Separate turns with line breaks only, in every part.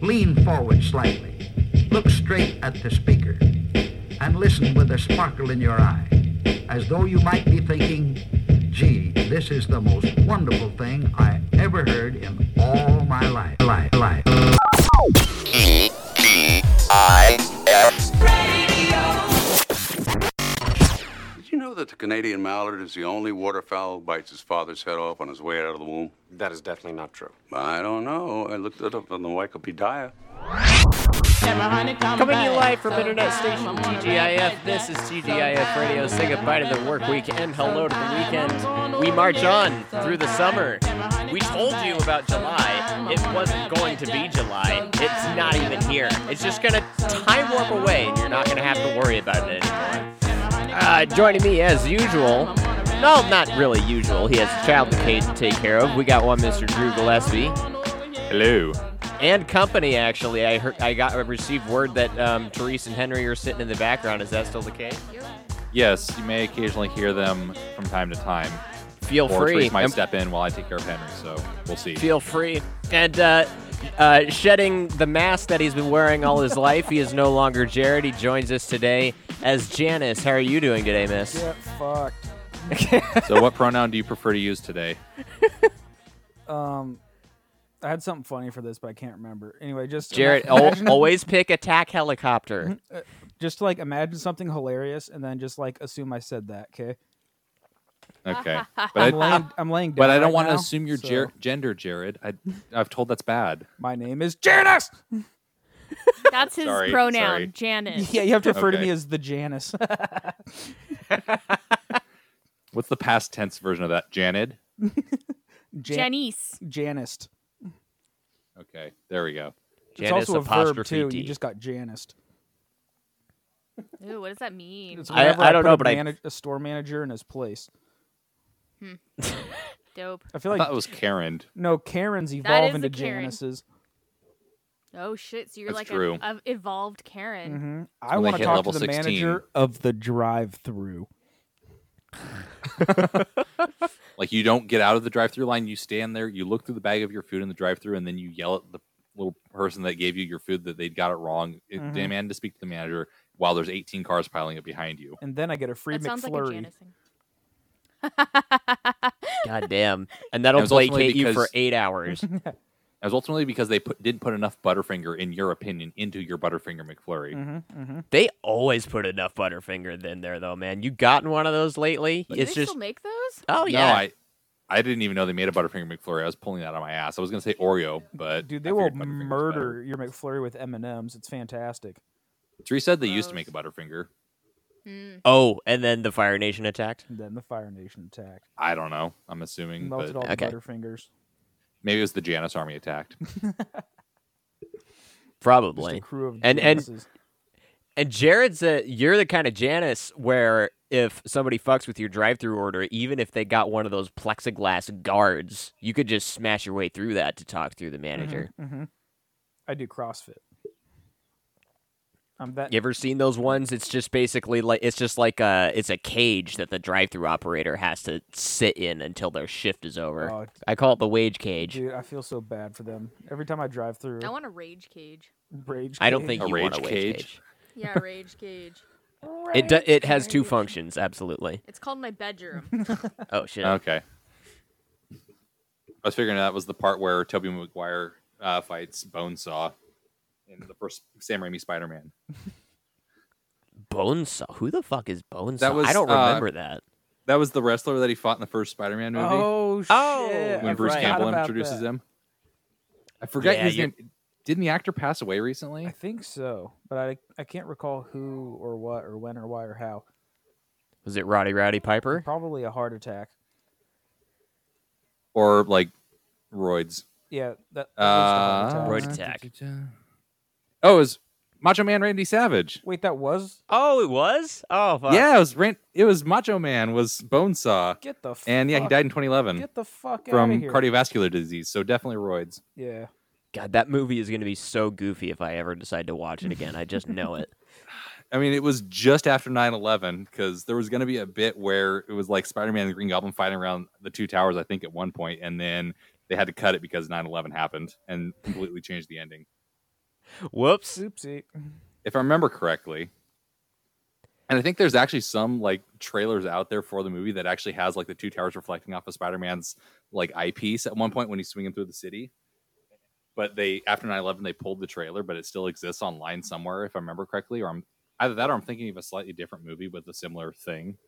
Lean forward slightly. Look straight at the speaker and listen with a sparkle in your eye, as though you might be thinking, gee, this is the most wonderful thing I ever heard in all my life. life, life.
E T I S.
Did you know that the Canadian mallard is the only waterfowl who bites his father's head off on his way out of the womb?
That is definitely not true.
I don't know. I looked it up on the Wikipedia.
Coming to you live from internet station TGIF. This is TGIF Radio. Say goodbye to the work week and hello to the weekend. We march on through the summer. We told you about July. It wasn't going to be July. It's not even here. It's just going to time warp away, and you're not going to have to worry about it anymore. Uh, joining me as usual. No, not really usual. He has a child to ca- take care of. We got one, Mr. Drew Gillespie
Hello.
and company. Actually, I heard I got I received word that um, Therese and Henry are sitting in the background. Is that still the case?
Yes, you may occasionally hear them from time to time.
Feel
or
free.
Therese might
Um,
step in while I take care of Henry, so we'll see.
Feel free. And uh, uh, shedding the mask that he's been wearing all his life, he is no longer Jared. He joins us today as Janice. How are you doing today, Miss?
Get fucked.
so what pronoun do you prefer to use today?
Um, I had something funny for this, but I can't remember. Anyway, just
Jared,
oh.
ima-
al
imagine- Mm-hmm.
always pick attack helicopter.
just like imagine something hilarious, and then just like assume I said that. Okay,
Okay.
I'm
But I,
laying. I'm laying down.
but I don't
right
want to
now,
assume your
so
ger- gender, Jared. I, I've told that's bad.
My name is Janice.
That's his
Sorry,
pronoun,
sorry.
Janice.
Yeah, you have to refer to
Okay.
me as the Janice.
What's the past tense version of that? Janid?
Jan-
Janice.
Janist.
Okay, there we go.
It's
Janice
also a verb
apostrophe
too.
D.
You just got Janist.
Ooh, what does that mean?
It's
I-
whenever
I don't
put
know,
a
but I-
manag- a store manager in his place.
Dope.
I feel
I
like
thought it was Karen.
no Karens
That
evolve
is
into
a Karen.
Janices.
Oh shit! So you're
That's
like
true.
an a evolved Karen.
hmm I
When they
want to
hit
talk to
level
the
16.
manager of the drive-through.
Like you don't get out of the drive-through line. You stand there. You look through the bag of your food in the drive-through, and then you yell at the little person that gave you your food that they got it wrong. It-
Mhm.
Demand to speak to the manager while there's 18 cars piling up behind you.
and then I get a free
That sounds like a
McFlurry.
Janice thing.
God damn. And that'll
It was ultimately
placate you for
because-
eight hours.
It was ultimately because they put, didn't put enough Butterfinger, in your opinion, into your Butterfinger McFlurry.
Mm-hmm.
They always put enough Butterfinger in there, though, man. You gotten one of those lately?
Do
it's
they
just
still make those?
oh
No,
yeah,
I, I didn't even know they made a Butterfinger McFlurry. I was pulling that out of my ass. I was gonna say Oreo, but
Dude, they
I
will
figured Butterfinger was better.
murder your McFlurry with M and M's. It's fantastic.
Therese said they used to make a Butterfinger.
Mm.
Oh, and then the Fire Nation attacked.
And then the Fire Nation attack
I don't know. I'm assuming,
melted
but
all the
Okay.
Butterfingers.
maybe it was the Janus Army attacked.
Just a
Probably.
crew of
And- and-
geniuses.
And Jared's a you're the kind of Janice where if somebody fucks with your drive-through order, even if they got one of those plexiglass guards, you could just smash your way through that to talk through the
Mm-hmm,
manager.
I do CrossFit. I'm that.
You ever seen those ones? It's just basically like it's just like a it's a cage that the drive-through operator has to sit in until their shift is over.
Oh, it's-
I call it the wage cage.
Dude, I feel so bad for them. Every time I drive through,
I want a rage cage.
rage.
I don't
cage.
think
A
you want a
rage
wage
cage?
cage.
Yeah, a rage cage.
It do, it has two functions, absolutely.
It's called my bedroom.
Oh shit.
Okay. I was figuring that was the part where Toby Maguire uh, fights Bonesaw in the first Sam Raimi Spider-Man.
Bonesaw. Who the fuck is Bonesaw?
That was,
I don't
uh,
remember that.
That was the wrestler that he fought in the first Spider-Man movie
Oh,
Oh,
shit!
when
I
Bruce
forgot
Campbell
about
introduces
that.
him. I forget
Yeah,
his
you're-
name. Didn't the actor pass away recently?
I think so, but I I can't recall who or what or when or why or how.
Was it Roddy Rowdy Piper?
Probably a heart attack.
or like roids.
Yeah, that. that was the
Uh,
heart
Roid
attack.
attack.
Oh, it was Macho Man Randy Savage.
Wait, that was.
Oh, it was. Oh, fuck.
Yeah, it was Ran- it was Macho Man was Bonesaw.
Get the. Fuck.
And yeah, he died in 2011
Get the fuck out
from
of here.
cardiovascular disease, so definitely roids.
Yeah.
God, that movie is gonna be so goofy if I ever decide to watch it again. I just know it.
I mean, it was just after 9/11 cuz there was going to be a bit where it was like Spider-Man and the Green Goblin fighting around the two towers I think at one point and then they had to cut it because 9/11 happened and completely changed the ending.
Whoops.
Oopsie.
if I remember correctly. And I think there's actually some like trailers out there for the movie that actually has like the two towers reflecting off of Spider-Man's like eyepiece at one point when he's swinging through the city. But they after 9/11 they pulled the trailer, but it still exists online somewhere if I remember correctly. Or I'm either that or I'm thinking of a slightly different movie with a similar thing.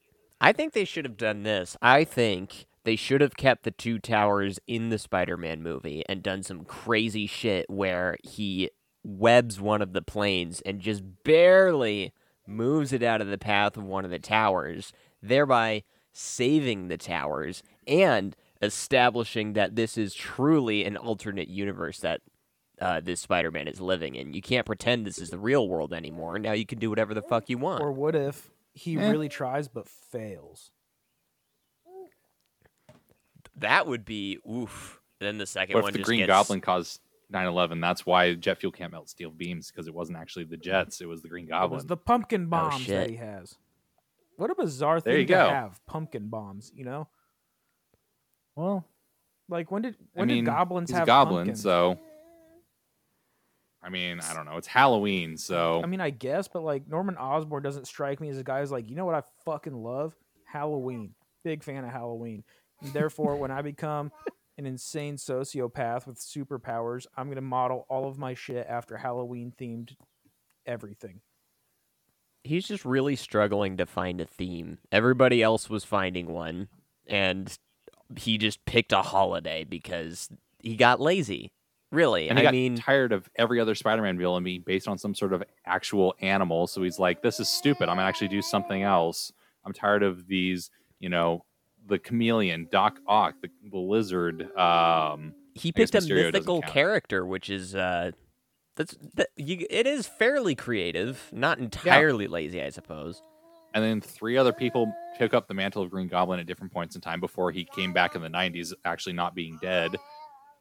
I think they should have done this. I think they should have kept the two towers in the Spider-Man movie and done some crazy shit where he webs one of the planes and just barely moves it out of the path of one of the towers, thereby saving the towers and establishing that this is truly an alternate universe that uh, this Spider-Man is living in. You can't pretend this is the real world anymore. Now you can do whatever the fuck you want.
Or what if he
Eh.
really tries but fails?
That would be oof. Then the second
What
one
if the
just
Green
gets-
Goblin caused 9/11? That's why jet fuel can't melt steel beams because it wasn't actually the jets; it was the Green
It
Goblin.
was the pumpkin bombs
shit.
that he has. What a bizarre
Oh, There
thing
you
to
go.
have, pumpkin bombs, you know?
well,
Like when did
I
when
mean,
did goblins
he's
have
a goblin,
pumpkins?
so. I mean, I don't know. It's Halloween, so
I mean, I guess, but like Norman Osborn doesn't strike me as a guy who's like, you know what I fucking love? Halloween. Big fan of Halloween. And therefore, when I become an insane sociopath with superpowers, I'm gonna model all of my shit after Halloween themed everything.
He's just really struggling to find a theme. Everybody else was finding one, and he just picked a holiday because he got lazy. Really,
and he
I
got
mean,
tired of every other Spider-Man villain being based on some sort of actual animal. So he's like, "This is stupid. I'm gonna actually do something else. I'm tired of these, you know, the chameleon, Doc Ock, the, the lizard. Um,
he
I guess
picked a
Mysterio doesn't
mythical
count.
character, which is uh, that's that, you, it is fairly creative, not entirely lazy, I suppose.
and then three other people took up the mantle of Green Goblin at different points in time before he came back in the 90s, actually not being dead.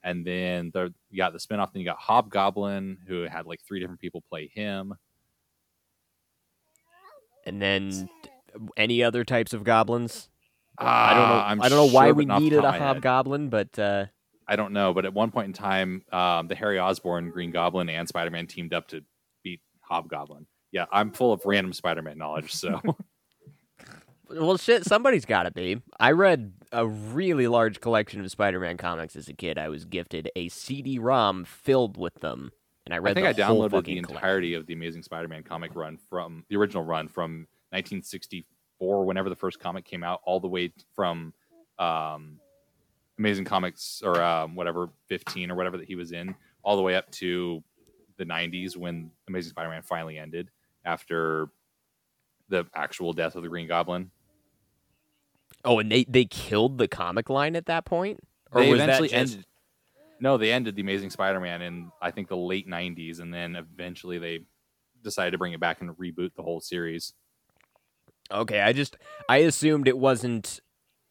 And then the, you got the spinoff, then you got Hobgoblin, who had like three different people play him.
And then any other types of goblins.
Uh,
I don't know.
I'm
Ah, I do not know why
sure, but
we
not off the
needed
top
a
of my head.
hobgoblin, but uh,
I don't know, but at one point in time, um, the Harry Osborn, Green Goblin, and Spider Man teamed up to beat Hobgoblin. Yeah, I'm full of random Spider Man knowledge, so
well, shit, somebody's got to be. I read a really large collection of Spider-Man comics as a kid. I was gifted a CD-ROM filled with them, and I read.
I think I
the whole
downloaded the
fucking
entirety of the Amazing Spider-Man comic run from the original run from 1964, whenever the first comic came out, all the way t- from um, Amazing Comics or um, whatever 15 or whatever that he was in, all the way up to the 90s when Amazing Spider-Man finally ended after the actual death of the Green Goblin.
collection. Oh, and they they killed the comic line at that point,
Or they
was
eventually
that just-
ended. No, they ended the Amazing Spider-Man in I think the late '90s, and then eventually they decided to bring it back and reboot the whole series.
Okay, I just I assumed it wasn't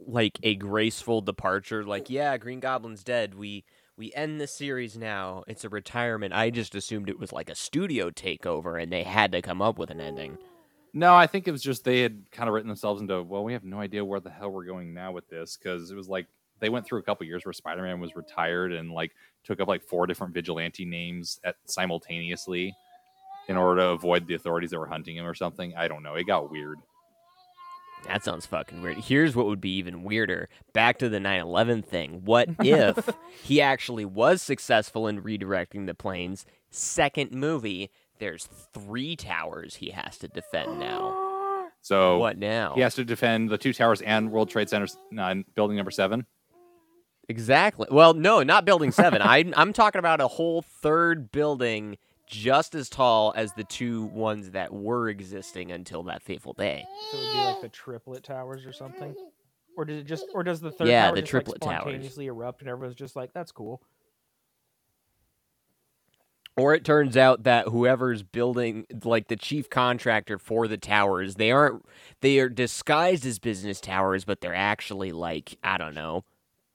like a graceful departure. Like, yeah, Green Goblin's dead. We we end the series now. It's a retirement. I just assumed it was like a studio takeover, and they had to come up with an ending.
No, I think it was just they had kind of written themselves into well, we have no idea where the hell we're going now with this because it was like they went through a couple years where Spider-Man was retired and like took up like four different vigilante names at simultaneously in order to avoid the authorities that were hunting him or something. I don't know. It got weird.
That sounds fucking weird. Here's what would be even weirder. Back to the 9/11 thing. What if he actually was successful in redirecting the planes? Second movie, there's three towers he has to defend now.
So
What now?
He has to defend the two towers and World Trade Center no, building number seven.
Exactly. Well, no, not building seven. I, I'm talking about a whole third building just as tall as the two ones that were existing until that fateful day.
So it would be like the triplet towers or something. Or does it just or does the third
Yeah,
tower
the
just
triplet
like
towers.
spontaneously erupt and everyone's just like, that's cool.
Or it turns out that whoever's building, like the chief contractor for the towers, they aren't, they are disguised as business towers, but they're actually like, I don't know,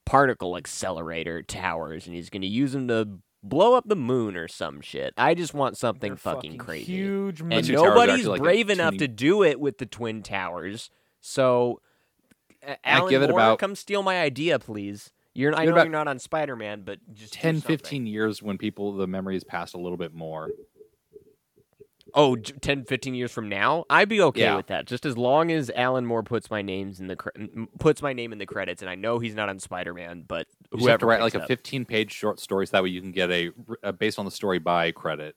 particle accelerator towers, and he's going to use them to blow up the moon or some shit. I just want something
They're
fucking, crazy.
Huge
The
and
two
moon.
towers are
nobody's
actually like a
brave enough
teeny-
to do it with the twin towers. So, A- Alan
give it
Moore,
about-
come steal my idea, please. You're, I
Give it
know you're
about
not on Spider Man, but just do
10,
something.
15 years when people, the memory has passed a little bit more.
oh, j- 10, 15 years from now, I'd be okay
Yeah.
with that. Just as long as Alan Moore puts my names in the cre- m- puts my name in the credits, and I know he's not on Spider Man, but
You just have
whoever
to write like
picks
a
up.
15 page short story so that way you can get a, a based on the story by credit.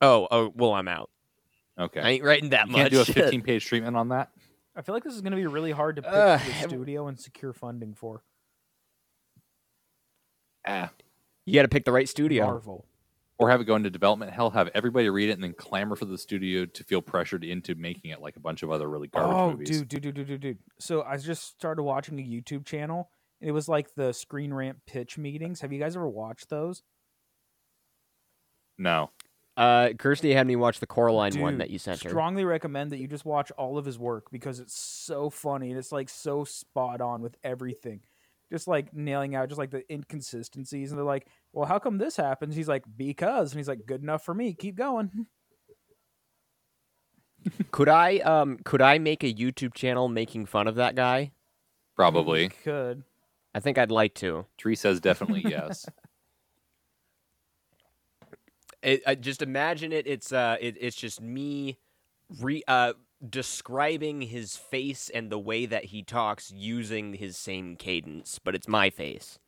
Oh, oh, well, I'm out.
Okay.
I ain't writing that
you
much.
can't do a 15 page treatment on that.
I feel like this is going to be really hard to pitch
Uh,
to the
have-
studio and secure funding for
Ah.
you got to pick the right studio.
Marvel.
Or have it go into development hell, have everybody read it and then clamor for the studio to feel pressured into making it like a bunch of other really garbage
oh,
movies.
dude, dude, dude, dude, dude, dude. So I just started watching a YouTube channel, and it was like the Screen Rant pitch meetings. Have you guys ever watched those?
No.
Uh, Kirsty had me watch the Coraline one
Dude,
that you sent her.
Strongly recommend that you just watch all of his work because it's so funny and it's like so spot on with everything. Just like nailing out just like the inconsistencies and they're like, "Well, how come this happens?" He's like, "Because." And he's like, "Good enough for me. Keep going."
Could I um could I make a YouTube channel making fun of that guy?
Mm-hmm.
Probably.
Good.
I think I'd like to.
Tree says definitely yes.
It, I just imagine it. It's uh, it, it's just me, re uh, describing his face and the way that he talks using his same cadence, but it's my face.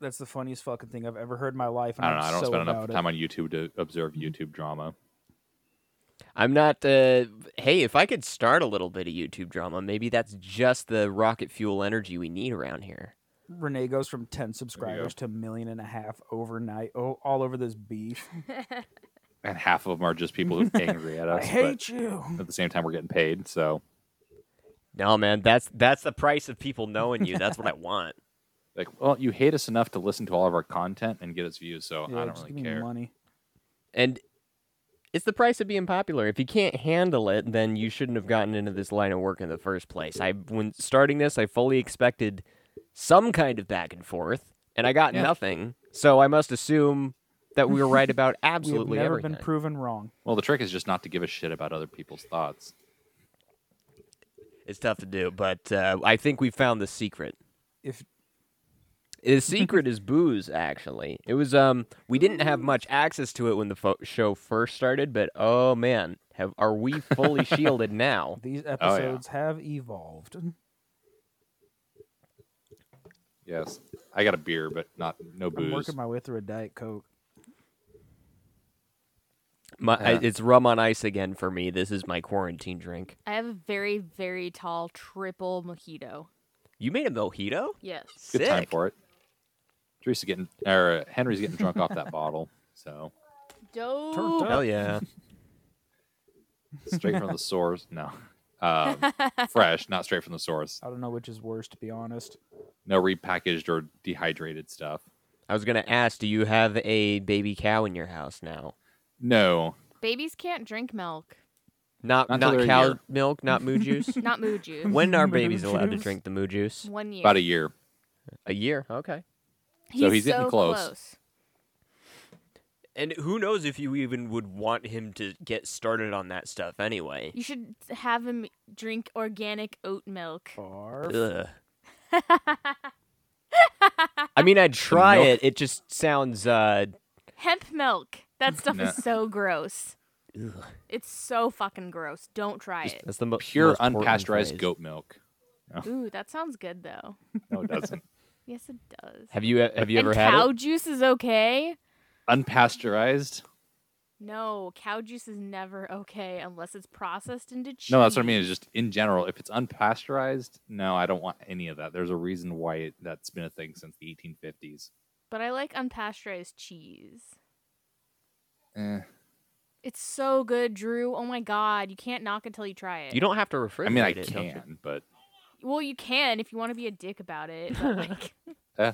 That's the funniest fucking thing I've ever heard in my life. And
I don't know.
I'm
I don't
so
spend enough
about it.
time on YouTube to observe YouTube drama.
I'm not. Uh, hey, if I could start a little bit of YouTube drama, maybe that's just the rocket fuel energy we need around here.
Renee goes from 10 subscribers to a million and a half overnight, oh, all over this beef.
And half of them are just people who are angry at
I
us.
hate you.
but at the same time, we're getting paid. So,
No, man, that's that's the price of people knowing you. That's what I want.
like, well, you hate us enough to listen to all of our content and get its views. So,
Yeah,
I don't
just
really
give me
care.
Money.
And it's the price of being popular. If you can't handle it, then you shouldn't have gotten into this line of work in the first place. I when starting this, I fully expected some kind of back and forth, and I got
Yeah.
nothing. So I must assume that we were right about
We have
absolutely
never
everything.
been proven wrong.
Well, the trick is just not to give a shit about other people's thoughts.
it's tough to do, but uh, I think we found the secret.
If
The secret is booze. Actually, it was. Um, we didn't have much access to it when the fo- show first started, but oh man, have are we fully shielded now?
these
Oh,
episodes have evolved,
Yes, I got a beer, but not no
I'm
booze.
working my way through a Diet Coke.
My, I-
Yeah.
it's rum on ice again for me. This is my quarantine drink.
I have a very, very tall triple mojito.
You made a mojito?
Yes.
Good time
Sick.
for it. Teresa getting or uh, Henry's getting drunk off that bottle. So
Dope.
up.
Hell yeah.
straight from the source. No, um, fresh, not straight from the source.
I don't know which is worse, to be honest.
No repackaged or dehydrated stuff.
I was going to ask, do you have a baby cow in your house now?
No,
Babies can't drink milk,
Not
Not
not,
till they're a
cow
year.
milk, not moo juice?
not moo juice.
when are
Moo
babies allowed to
juice.
drink the moo juice?
One year.
about a year.
A year. Okay.
He's
he's getting close.
And who knows if you even would want him to get started on that stuff anyway.
You should have him drink organic oat milk.
Barf.
Ugh. I mean, I'd try
milk-
it. It just sounds uh,
Hemp milk. That stuff
Nah.
is so gross.
Ugh.
It's so fucking gross. Don't try
just-
it.
that's the mo-
Pure
most important
unpasteurized
phrase.
goat milk.
Ooh, that sounds good though.
No, it doesn't.
Yes, it does.
Have you have you
and
ever had it?
cow juice is okay?
Unpasteurized.
No, cow juice is never okay unless it's processed into cheese.
No, that's what I mean. Is just in general, if it's unpasteurized, no, I don't want any of that. There's a reason why it, that's been a thing since the 1850s.
But I like unpasteurized cheese.
Eh.
It's so good, Drew. Oh my god, you can't knock until you try it.
You don't have to refrigerate
I mean, I
it, don't you?
can, but
Well, you can if you want to be a dick about it. But like,
eh,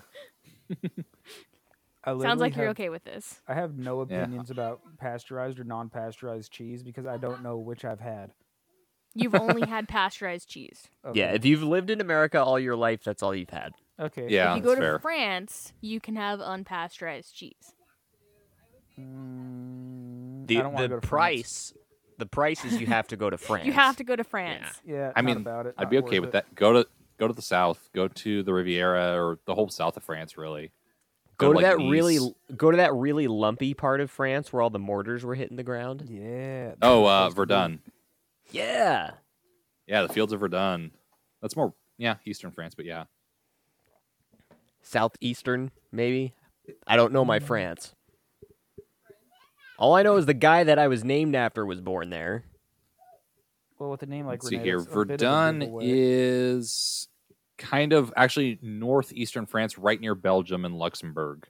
I literally
sounds like you're
have-
okay with this.
I have no
Yeah.
opinions about pasteurized or non-pasteurized cheese because I don't know which I've had.
You've only had pasteurized cheese.
Okay.
Yeah, if you've lived in America all your life, that's all you've had.
okay.
yeah,
if you go
that's
to
fair.
France, you can have unpasteurized cheese.
Mm,
The
I don't wanna
the
go to France.
price, the price is you have to go to France.
You have to go to France.
Yeah.
I
not
mean,
about it.
I'd
not
be okay
worth
with
it.
that. Go to go to the south. Go to the Riviera or the whole south of France, really.
Go to
like,
that really
Nice.
go to that really lumpy part of France where all the mortars were hitting the ground.
Yeah.
Oh, uh, Verdun.
Yeah.
Yeah, the fields of Verdun. That's more, yeah, Eastern France, but yeah.
Southeastern, maybe. I don't know my France. All I know is the guy that I was named after was born there.
Well, with the name like
Let's see
Renee,
here.
that's a bit of a
Verdun
giveaway.
is kind of actually northeastern France, right near Belgium and Luxembourg,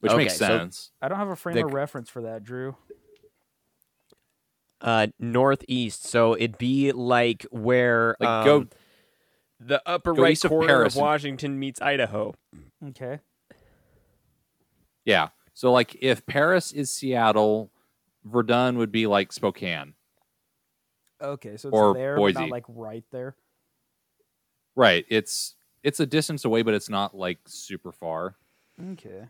which
Okay,
makes
so-
sense.
I don't have a frame
the-
of reference for that, Drew.
Uh, northeast, so it'd be like where
Like,
um,
go
the upper
go
right
east of
corner
Paris
of
and-
Washington meets Idaho.
Okay.
Yeah. So like if Paris is Seattle, Verdun would be like Spokane.
Okay, so it's
Or
there, but
Boise.
not like right there.
Right. It's it's a distance away, but it's not like super far.
Okay.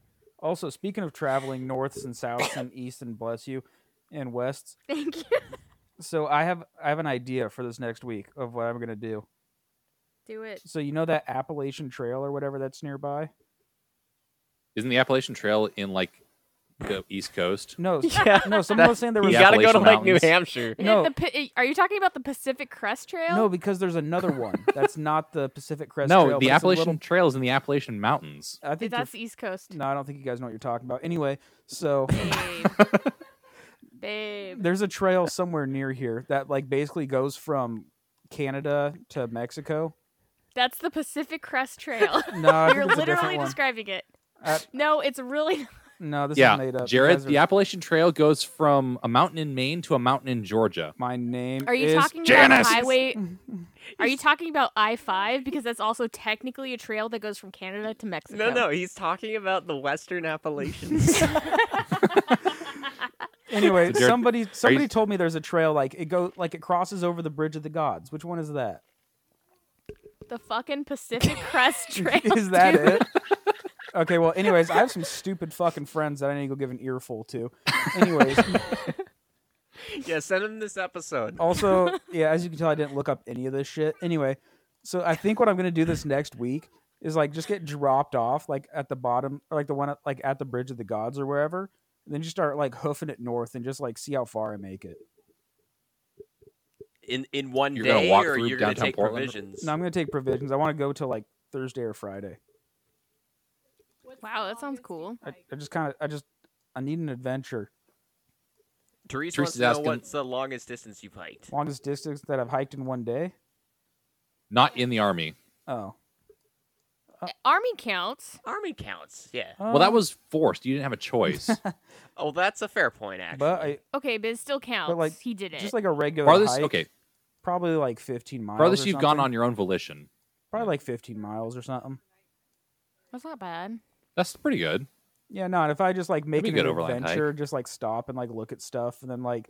also, speaking of traveling norths and souths and east and bless you, and wests.
Thank you.
So I have I have an idea for this next week of what I'm gonna do.
Do it.
So you know that Appalachian Trail or whatever that's nearby?
Isn't the Appalachian Trail in like the East Coast?
No, s-
Yeah,
no. Someone
that's-
was saying there
You
was
The
gotta go to
Appalachian
like New
Mountains.
Hampshire.
No.
The P- are you talking about the Pacific Crest Trail?
no because there's another one that's not the Pacific Crest.
no,
Trail,
the
but it's a
Appalachian
little-
Trail is in the Appalachian Mountains.
I
Dude,
think you're
that's the East Coast.
No, I don't think you guys know what you're talking about. Anyway, so
Babe. Babe.
there's a trail somewhere near here that like basically goes from Canada to Mexico.
That's the Pacific Crest Trail.
No, I
You're
think it's a
literally
different one.
describing it.
I-
no, it's really
No, this
yeah,
is made up. You
Jared,
guys are-
the Appalachian Trail goes from a mountain in Maine to a mountain in Georgia.
my name.
Are you
is-
talking about
Janice!
highway? Are you talking about I five because that's also technically a trail that goes from Canada to Mexico?
No, no, he's talking about the Western Appalachians.
Anyway,
So Jared,
somebody somebody told me there's a trail like it goes like it crosses over the Bridge of the Gods. Which one is that?
The fucking Pacific Crest Trail.
Is that
dude.
it? Okay, well, anyways, I have some stupid fucking friends that I need to go give an earful to. Anyways,
yeah, send him this episode.
also, yeah, as you can tell, I didn't look up any of this shit. Anyway, so I think what I'm gonna do this next week is like just get dropped off like at the bottom, or like the one at, like at the Bridge of the Gods or wherever, and then just start like hoofing it north and just like see how far I make it.
In in one
You're gonna
day,
walk
or
through
you're gonna
downtown
take
Portland?
provisions.
No, I'm gonna take provisions. I want to go till like Thursday or Friday.
Wow, that sounds cool.
I, I just kind of, I just, I need an adventure.
Therese
Teresa's
wants to know
asking-
what's the longest distance you've hiked.
Longest distance that I've hiked in one day.
Not in the army.
Oh, Uh,
Army counts.
Army counts. Yeah.
Well, that
Um,
was forced. You didn't have a choice.
Oh, that's a fair point, actually.
But I
Okay, but it still counts.
like,
he did it.
just like a regular
farthest,
hike,
okay,
probably like 15 miles.
farthest
or
you've gone
something.
on your own volition.
probably like 15 miles or something.
that's not bad.
That's pretty good.
Yeah, no. And if I just like make
be
it
good
an
overland hike.
adventure, just like stop and like look at stuff, and then like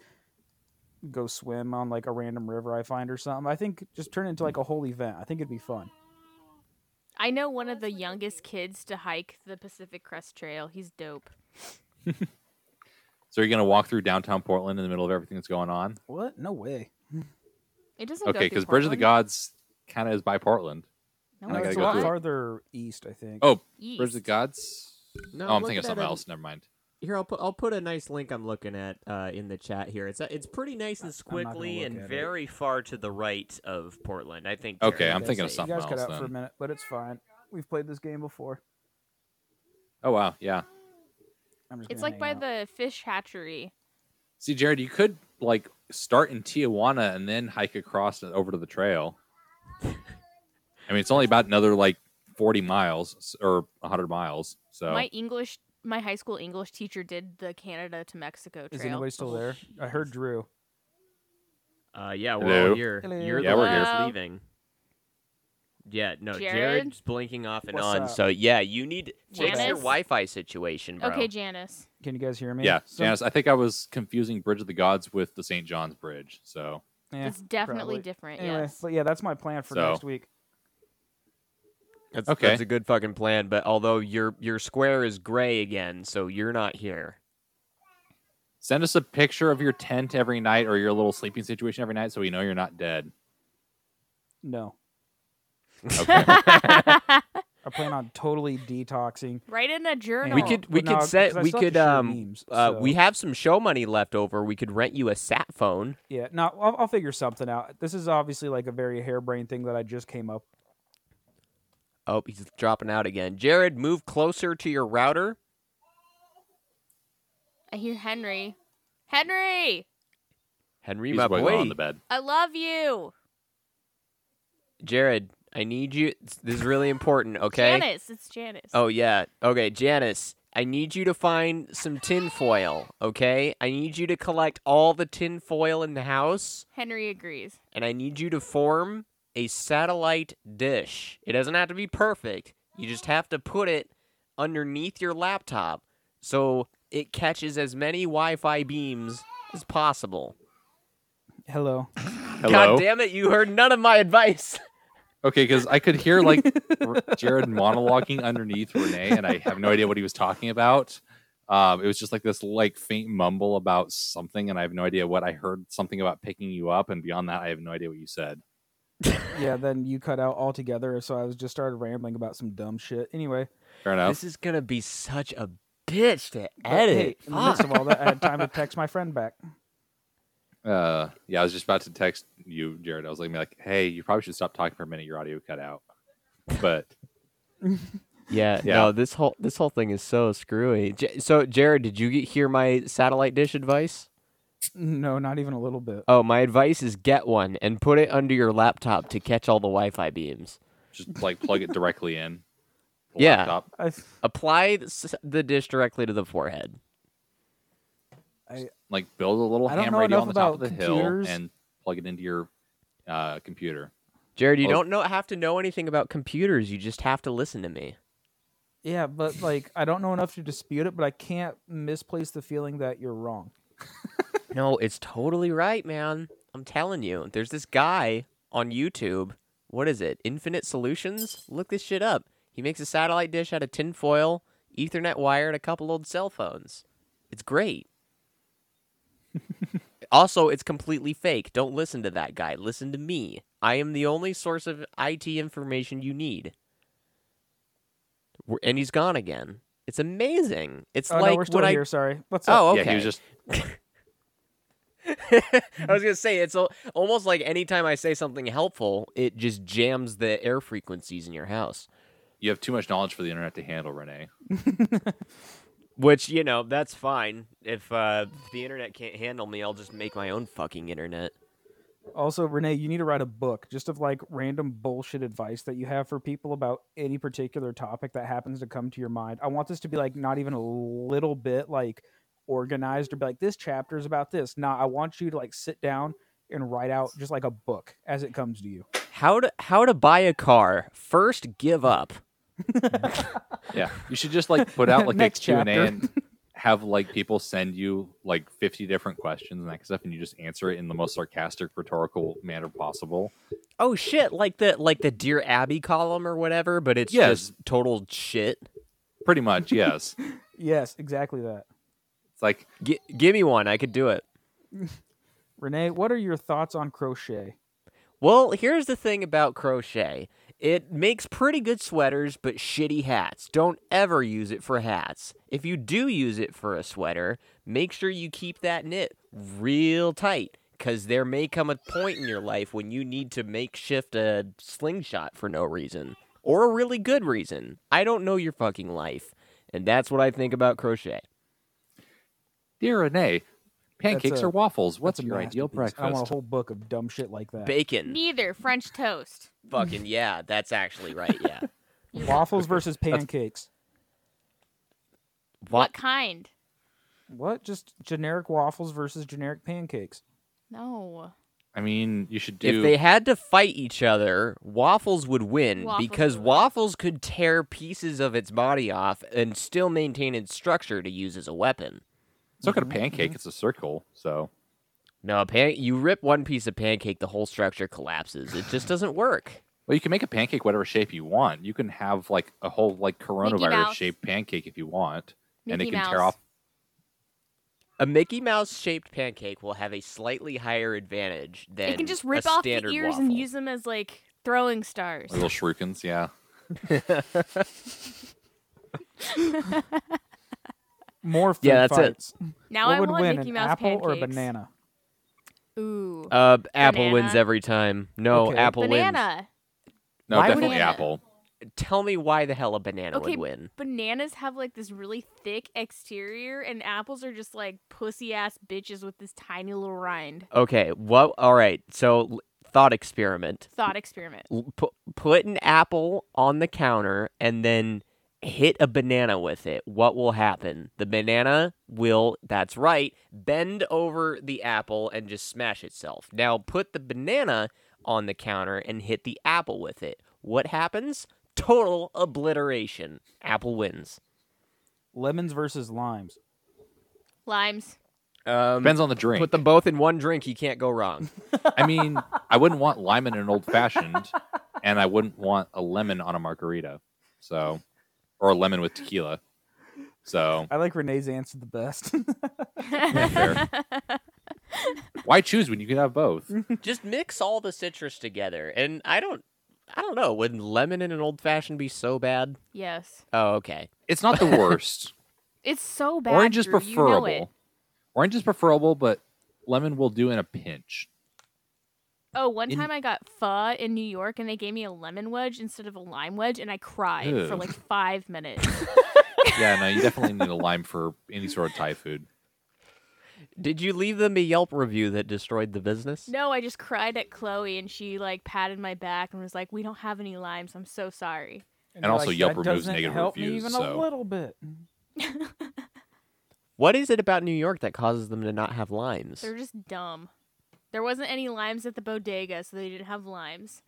go swim on like a random river I find or something. I think just turn it into like a whole event. I think it'd be fun.
I know one of the youngest kids to hike the Pacific Crest Trail. He's dope.
So you're gonna walk through downtown Portland in the middle of everything that's going on.
What? No way.
It doesn't go
Okay,
through
because Bridge of the
Portland.
Gods kind of is by Portland.
No,
I gotta
it's a
go
lot
through it.
farther east, I think.
Oh, Bridge of
East.
the Gods.
No,
oh, I'm
looking
thinking of
at
something
it-
else. Never mind.
Here, I'll put I'll put a nice link I'm looking at uh, in the chat here. It's it's pretty nice and
I'm not gonna
squiggly
look
and
at it.
very far to the right of Portland. I think.
Okay,
Jared
I'm
can
thinking of
say.
You
something
guys cut
else
out for a
then.
minute, but it's fine. We've played this game before.
Oh wow, yeah.
I'm just
It's
gonna
like by
hang out.
the fish hatchery.
See, Jared, you could like start in Tijuana and then hike across and over to the trail. I mean, it's only about another like 40 miles s- or 100 miles. So
My English, my high school English teacher did the Canada to Mexico trail.
Is anybody still there? I heard Drew.
Uh, yeah, we're
Hello?
all here.
Hello.
You're
Yeah,
the
we're
one
here.
that's
Hello.
leaving. Yeah, no,
Jared?
Jared's blinking off and
What's
on.
up?
So yeah, you need fix your
Janice?
Wi-Fi situation, bro.
Okay, Janice.
Can you guys hear me?
yeah,
Some-
Janice, I think I was confusing Bridge of the Gods with the St. John's Bridge. So
eh,
it's definitely
probably.
different.
Anyway,
yes.
but yeah, that's my plan for
So.
next week.
that's,
Okay.
that's a good fucking plan. But although your your square is gray again, so you're not here.
send us a picture of your tent every night or your little sleeping situation every night so we know you're not dead.
No.
Okay.
I I plan on totally detoxing.
Write in a journal.
We could we
Well, no,
could set
'cause I
we
still have
could
to shoot
um
memes,
uh,
so-
we have some show money left over. We could rent you a sat phone.
Yeah, no, I'll, I'll figure something out. This is obviously like a very harebrained thing that I just came up.
Oh, he's dropping out again. Jared, move closer to your router.
I hear Uh, Henry. Henry,
Henry,
He's
my
wiggling
boy.
on the bed.
I love you.
Jared, I need you. This is really important. Okay.
Janice, it's Janice.
Oh yeah. Okay, Janice, I need you to find some tinfoil. Okay. I need you to collect all the tinfoil in the house,
Henry agrees.
and I need you to form a satellite dish. It doesn't have to be perfect. You just have to put it underneath your laptop so it catches as many Wi-Fi beams as possible.
Hello.
Hello.
God damn it! You heard none of my advice.
Okay, because I could hear like R- Jared monologuing underneath Renee, and I have no idea what he was talking about. Um, it was just like this like faint mumble about something, and I have no idea what I heard. Something about picking you up, and beyond that, I have no idea what you said.
Yeah, then you cut out altogether, so I was just started rambling about some dumb shit. Anyway,
Fair enough.
This is gonna be such a bitch to
but
edit.
Hey, in the midst of all that, I had time to text my friend back.
Uh, yeah, I was just about to text you, Jared. I was like, like, hey, you probably should stop talking for a minute. Your audio cut out. But
Yeah,
Yeah.
no, this whole this whole thing is so screwy. J- so, Jared, did you get, hear my satellite dish advice?
No, not even a little bit.
Oh, my advice is get one and put it under your laptop to catch all the Wi-Fi beams.
just like plug it directly in. the
Yeah.
laptop.
I,
Apply the, s- the dish directly to the forehead.
Like build a little
I don't
ham
know
radio on
enough
the top of
about
the
computers.
hill and plug it into your uh, computer.
Jared, you
Oh.
don't know have to know anything about computers. You just have to listen to me.
yeah, but like I don't know enough to dispute it, but I can't misplace the feeling that you're wrong.
No, it's totally right, man. I'm telling you. There's this guy on YouTube. What is it? Infinite Solutions? Look this shit up. He makes a satellite dish out of tinfoil, Ethernet wire, and a couple old cell phones. It's great. also, it's completely fake. Don't listen to that guy. Listen to me. I am the only source of IT information you need. We're- And he's gone again. It's amazing. It's
Oh
like
no, we're still
what
here.
I.
Sorry. What's up?
Oh, okay.
Yeah, he was just
I was gonna say it's al- almost like anytime I say something helpful, it just jams the air frequencies in your house.
You have too much knowledge for the internet to handle, Renee.
Which you know that's fine. If uh, if the internet can't handle me, I'll just make my own fucking internet. oh.
Also, Renee, you need to write a book just of like random bullshit advice that you have for people about any particular topic that happens to come to your mind. I want this to be like not even a little bit like organized or be like this chapter is about this. Nah, I want you to like sit down and write out just like a book as it comes to you.
How to how to buy a car? First, give up.
Yeah, you should just like put out like a
Next
Q and A
chapter.
and have like people send you like fifty different questions and that kind of stuff, and you just answer it in the most sarcastic, rhetorical manner possible.
Oh shit! Like the like the Dear Abby column or whatever, but it's
Yes.
just total shit.
Pretty much, yes.
Yes, exactly that.
It's like
G- give me one. I could do it.
Renee, what are your thoughts on crochet?
Well, here's the thing about crochet. It makes pretty good sweaters, but shitty hats. Don't ever use it for hats. If you do use it for a sweater, make sure you keep that knit real tight, because there may come a point in your life when you need to make shift a slingshot for no reason, or a really good reason. I don't know your fucking life. And that's what I think about crochet.
dear Renee, pancakes
a-
or waffles? What's
That's a
your ideal
masterpiece. I want a
breakfast?
whole book of dumb shit like that.
Mm.
Bacon.
Neither French toast.
Fucking yeah, that's actually right, yeah.
Waffles versus pancakes.
What kind?
What? Just generic waffles versus generic pancakes.
No.
I mean, you should do.
If they had to fight each other, Waffles would win
Waffles
because
would win.
Waffles could tear pieces of its body off and still maintain its structure to use as a weapon.
it's not got a
Mm-hmm,
pancake; it's a circle. So
No, pan- you rip one piece of pancake, the whole structure collapses. It just doesn't work.
Well, you can make a pancake whatever shape you want. You can have like a whole like coronavirus
Mouse.
shaped pancake if you want, and it
Mickey
can tear
Mouse.
off.
A Mickey Mouse shaped pancake will have a slightly higher advantage than
It can just
a
rip off the
standard
ears
waffle.
and use them as like throwing stars.
Little shurikens, yeah.
More food
Yeah, that's it.
fights.
Now
what
I
would
want
win,
Mickey
an
Mouse
apple or a
pancakes.
banana?
Ooh,
Uh, Apple wins
Banana.
every time. No,
Okay.
Apple wins.
banana.
No,
Why would
definitely
it-
Apple.
Tell me why the hell a banana
Okay,
would win.
bananas have like this really thick exterior, and apples are just like pussy ass bitches with this tiny little rind.
Okay, what? All right, so l- thought experiment.
Thought experiment.
L- Pu- put an apple on the counter and then hit a banana with it. What will happen? The banana will, that's right, bend over the apple and just smash itself. Now put the banana on the counter and hit the apple with it. What happens? Total obliteration. Apple wins.
Lemons versus limes.
Limes.
Um,
Depends on the drink.
put them both in one drink. You can't go wrong.
I mean, I wouldn't want lime in an old fashioned, and I wouldn't want a lemon on a margarita. So, or a lemon with tequila. So,
I like Renee's answer the best.
fair. why choose when you can have both?
just mix all the citrus together and i don't i don't know would lemon in an old fashioned be so bad
Yes.
oh okay
It's not the worst.
It's so bad.
Orange is
Drew,
preferable.
You know it.
Orange is preferable, but lemon will do in a pinch.
Oh, one
In-
time I got pho in New York, and they gave me a lemon wedge instead of a lime wedge, and I cried for
Ew.
like five minutes.
Yeah, no, you definitely need a lime for any sort of Thai food.
did you leave them a yelp review that destroyed the business
no, I just cried at Chloe, and she like patted my back and was like, "We don't have any limes. I'm so sorry."
And also
like,
Yelp
that
removes
doesn't
negative
help Me
reviews,
even
so-
a little bit.
what is it about new york that causes them to not have limes
They're just dumb. There wasn't any limes at the bodega, so they didn't have limes.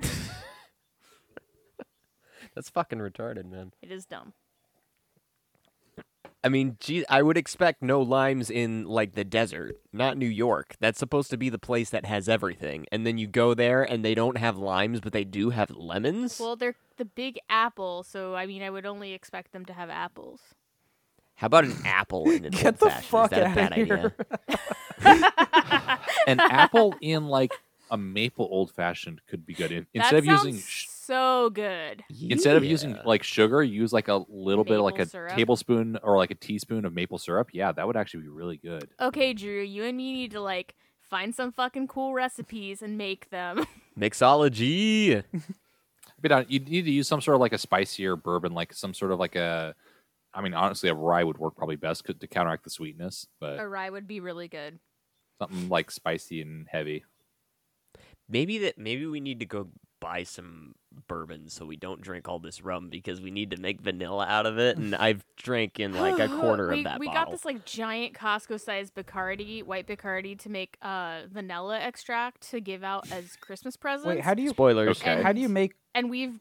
that's fucking retarded man
It is dumb.
i mean gee i would expect no limes in like the desert not new york that's supposed to be the place that has everything and then you go there and they don't have limes but they do have lemons
Well, they're the Big Apple, so I mean, I would only expect them to have apples.
how about an apple in an
Get
old
the
fashioned is
fuck
that a
outta
bad
here.
idea
An apple in like a maple old fashioned could be good. In- Instead
that
of using
sounds
sh-
so good.
Instead of using
Yeah.
like sugar, use like a little bit, like
Maple
a
syrup.
tablespoon or like a teaspoon of maple syrup. Yeah, that would actually be really good.
Okay, Drew, you and me need to like find some fucking cool recipes and make them.
mixology
But uh, you need to use some sort of like a spicier bourbon, like some sort of like a. I mean, honestly, a rye would work probably best co- to counteract the sweetness, but
A rye would be really good.
something like spicy and heavy.
Maybe that maybe we need to go buy some bourbon so we don't drink all this rum because we need to make vanilla out of it and I've drank in like a quarter
we,
of that
we
bottle.
got this like giant Costco-sized Bacardi, white Bacardi, to make uh, vanilla extract to give out as Christmas presents.
Wait, how do you
Spoilers.
Okay.
how do you make
and we've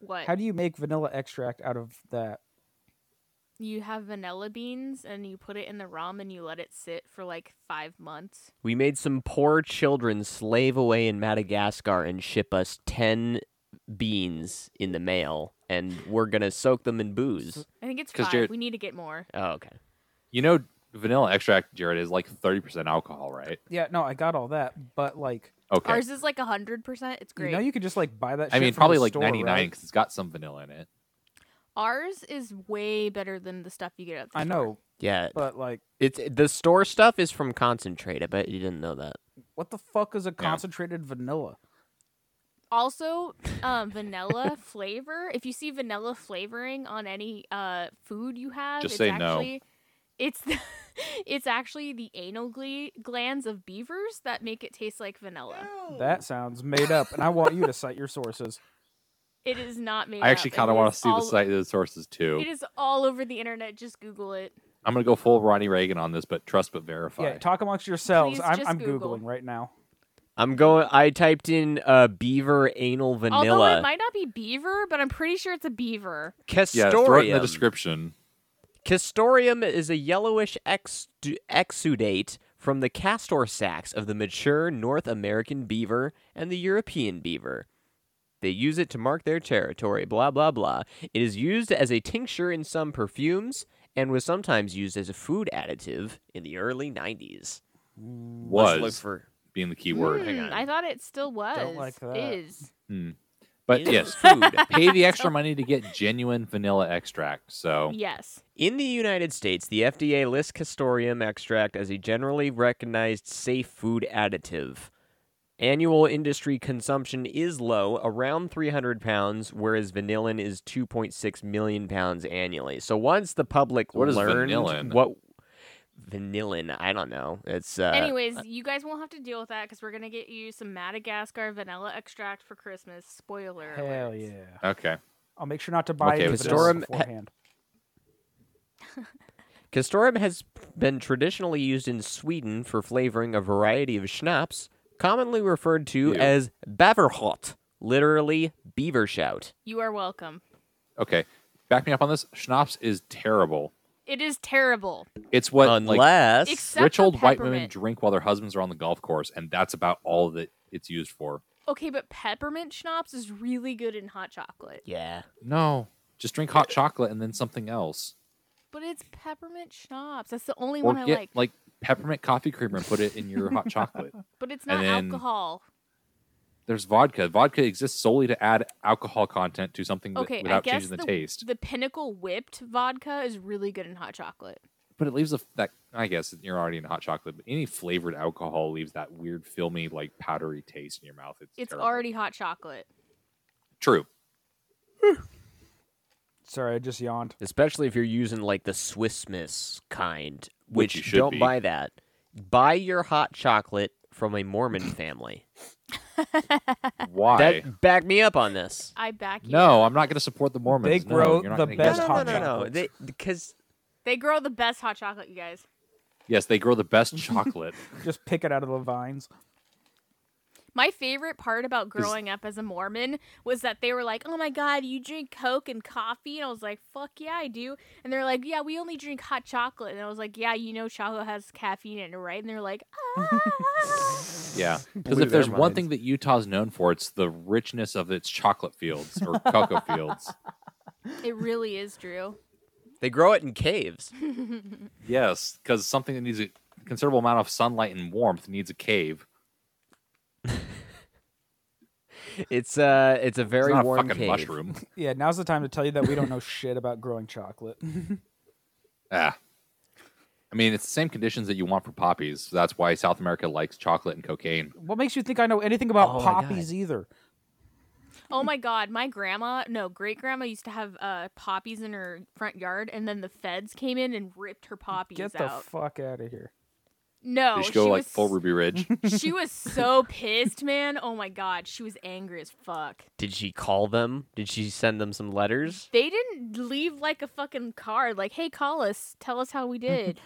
what?
how do you make vanilla extract out of that?
you have vanilla beans and you put it in the rum and you let it sit for like five months.
We made some poor children slave away in Madagascar and ship us 10 beans in the mail and we're going to soak them in booze.
I think it's
'Cause
five.
Jared-
We need to get more.
Oh, okay.
You know, vanilla extract, Jared, is like 30% alcohol, right?
Yeah, no, I got all that, but like
Okay.
Ours is like hundred percent. It's great.
you know you could just like buy that
I
shit
mean,
from
probably
the
like
store,
99
right?
because it's got some vanilla in it.
Ours is way better than the stuff you get at the
I
store.
know,
Yeah.
but like
It's the store stuff is from concentrate. I bet you didn't know that.
what the fuck is a concentrated vanilla?
Also, um, vanilla flavor. If you see vanilla flavoring on any uh, food you have,
Just
it's
say no.
actually it's the, it's actually the anal gl- glands of beavers that make it taste like vanilla.
That sounds made up, and I want you to cite your sources.
It is not made.
I actually
up. It
kind of want
is
to see the
all-
site of the sources too.
It is all over the internet. Just Google it.
I'm going to go full Ronnie Reagan on this, but trust but verify.
Yeah, talk amongst yourselves.
Please
I'm
just
I'm
Google.
googling right now.
I'm going I typed in uh beaver anal
Although it
vanilla.
might not be beaver, but I'm pretty sure it's a beaver.
yeah, throw it in the
Castorium.
description.
Castorium is a yellowish ex- exudate from the castor sacs of the mature North American beaver and the European beaver. They use it to mark their territory, blah, blah, blah. It is used as a tincture in some perfumes and was sometimes used as a food additive in the early 90s. Let's look
Was
for.
being the key word.
Hmm, I thought it still was.
like that.
Is.
But
in
yes,
food.
pay the extra money to get genuine vanilla extract. So
Yes.
In the United States, the FDA lists castorium extract as a generally recognized safe food additive. Annual industry consumption is low, around 300 pounds, whereas vanillin is 2.6 million pounds annually. So once the public
What is
learned
vanillin?
what vanillin, I don't know. It's uh,
Anyways, you guys won't have to deal with that because we're gonna get you some Madagascar vanilla extract for Christmas. Spoiler.
Hell
alert.
yeah.
okay,
I'll make sure not to buy
Okay,
it
with
Castorum-
beforehand.
Castorum has been traditionally used in Sweden for flavoring a variety of schnapps, commonly referred to
Ew.
as baverhot, literally beaver shout.
You are welcome.
okay, back me up on this. Schnapps is terrible.
It is terrible.
It's what like
Unless
Except
rich
the
old white women
peppermint.
drink while their husbands are on the golf course, and that's about all that it's used for.
Okay, but peppermint schnapps is really good in hot chocolate.
Yeah.
No, just drink hot chocolate and then something else,
But it's peppermint schnapps. That's the only
or
one I
get
like.
like peppermint coffee creamer and put it in your hot chocolate.
But it's
and
not
then-
alcohol.
There's vodka. Vodka exists solely to add alcohol content to something that-
Okay, I
without
guess
changing the,
the,
taste.
the pinnacle whipped vodka is really good in hot chocolate.
but it leaves a, that. I guess you're already in hot chocolate, but any flavored alcohol leaves that weird, filmy, like powdery taste in your mouth. It's,
It's
terrible.
already hot chocolate.
true.
Sorry, I just yawned.
Especially if you're using like the Swiss Miss kind,
Which
which,
you should
don't
be.
buy that. Buy your hot chocolate from a Mormon family.
Why?
That back me up on this.
I back you.
no, I'm not going to support the Mormons.
They
No,
grow
you're not
the
gonna get
best
that.
hot
no, no, no.
chocolate.
They, because
They grow the best hot chocolate, you guys.
Yes, they grow the best chocolate.
Just pick it out of the vines.
My favorite part about growing up as a Mormon was that they were like, "Oh my God, you drink Coke and coffee," and I was like, "Fuck yeah, I do." And they're like, "Yeah, we only drink hot chocolate," and I was like, "Yeah, you know, chocolate has caffeine in it, right?" And they're like, "Ah."
Yeah, because
Blew
if there's
their
one
minds.
thing that Utah's known for, it's the richness of its chocolate fields or cocoa fields.
it really is, Drew.
they grow it in caves.
Yes, because something that needs a considerable amount of sunlight and warmth needs a cave.
It's uh, it's a
It's
very
not a
warm
fucking
cave.
mushroom.
Yeah, now's the time to tell you that we don't know shit about growing chocolate.
Ah. I mean, it's the same conditions that you want for poppies. So that's why South America likes chocolate and cocaine.
What makes you think I know anything about
Oh my God.
poppies either?
Oh my God, my grandma, no, great grandma used to have uh, poppies in her front yard, and then the feds came in and ripped her poppies
Get the
out.
fuck out of here.
no,
Oh,
they should go
she
like
was
full Ruby Ridge.
she was so pissed, man. Oh my god, she was angry as fuck.
Did she call them? Did she send them some letters?
They didn't leave like a fucking card, like, "Hey, call us, tell us how we did."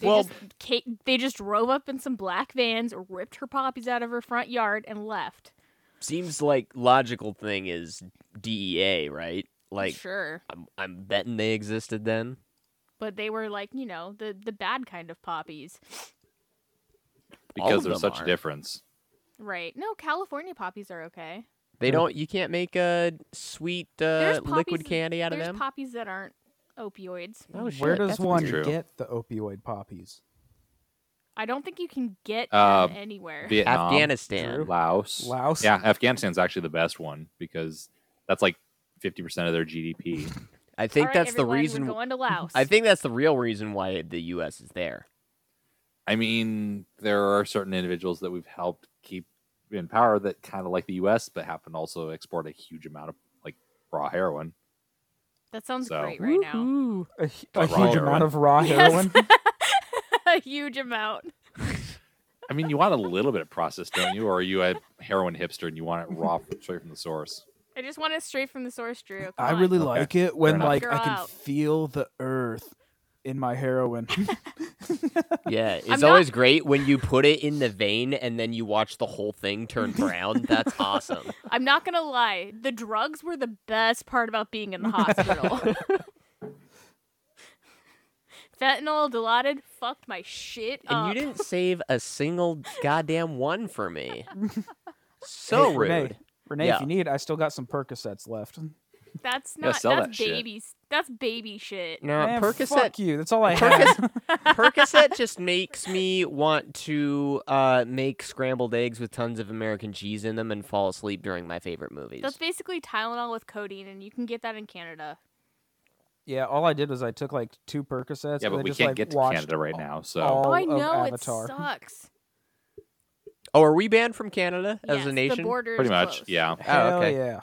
They
Well-
just ca- they just drove up in some black vans, ripped her poppies out of her front yard, and left.
Seems like logical thing is DEA, right? Like
sure,
I'm, I'm betting they existed then.
but they were like, you know, the the bad kind of poppies,
All
because
of
there's
them
such a
are.
difference.
right? No, California poppies are okay.
They don't. You can't make a sweet uh,
There's
liquid
poppies-
candy out of
There's
them.
poppies that aren't opioids.
oh, shit,
Where does
that's
one
weird.
True.
get the opioid poppies?
I don't think you can get
Uh,
them anywhere.
Vietnam,
Afghanistan.
Laos.
Laos?
Yeah, Afghanistan's actually the best one because that's like 50% of their GDP.
I think
All right,
that's the
everyone, we're
reason.
going to Laos.
I think that's the real reason why the U.S. is there.
I mean, there are certain individuals that we've helped keep in power that kind of like the U.S., but happen to also export a huge amount of like raw heroin.
that sounds
so-
great right now.
A, h-
Raw
a huge
heroin.
amount of raw heroin.
a huge amount.
I mean, you want a little bit of process, don't you? Or are you a heroin hipster and you want it raw straight from the source?
I just want it straight from the source, Drew.
I really
Okay.
like it when
enough.
like
You're
I can
out.
feel the earth in my heroin.
Yeah, it's
not-
always great when you put it in the vein and then you watch the whole thing turn brown. That's awesome.
I'm not gonna lie. The drugs were the best part about being in the hospital. Fentanyl, Dilaudid, fucked my shit
And
up.
you didn't save a single goddamn one for me. So
Hey,
rude.
Renee, Renee
Yeah.
Uh,
if you need, I still got some Percocets left.
That's
Yeah,
not
sell that
that's
shit.
baby s- that's baby shit.
No,
Man,
Percocet
fuck you. That's all I have.
Percocet, Percocet just makes me want to uh, make scrambled eggs with tons of American cheese in them and fall asleep during my favorite movies.
That's basically Tylenol with codeine, and you can get that in Canada.
yeah, all I did was I took like two Percocets.
yeah,
and I
but we
just,
can't
like,
get to
watched
Canada right now, so
all
Oh, I
of
know it
Avatar.
sucks.
oh, are we banned from Canada as
yes,
a nation?
the border is
pretty much,
closed,
yeah.
oh,
Hell
okay.
yeah.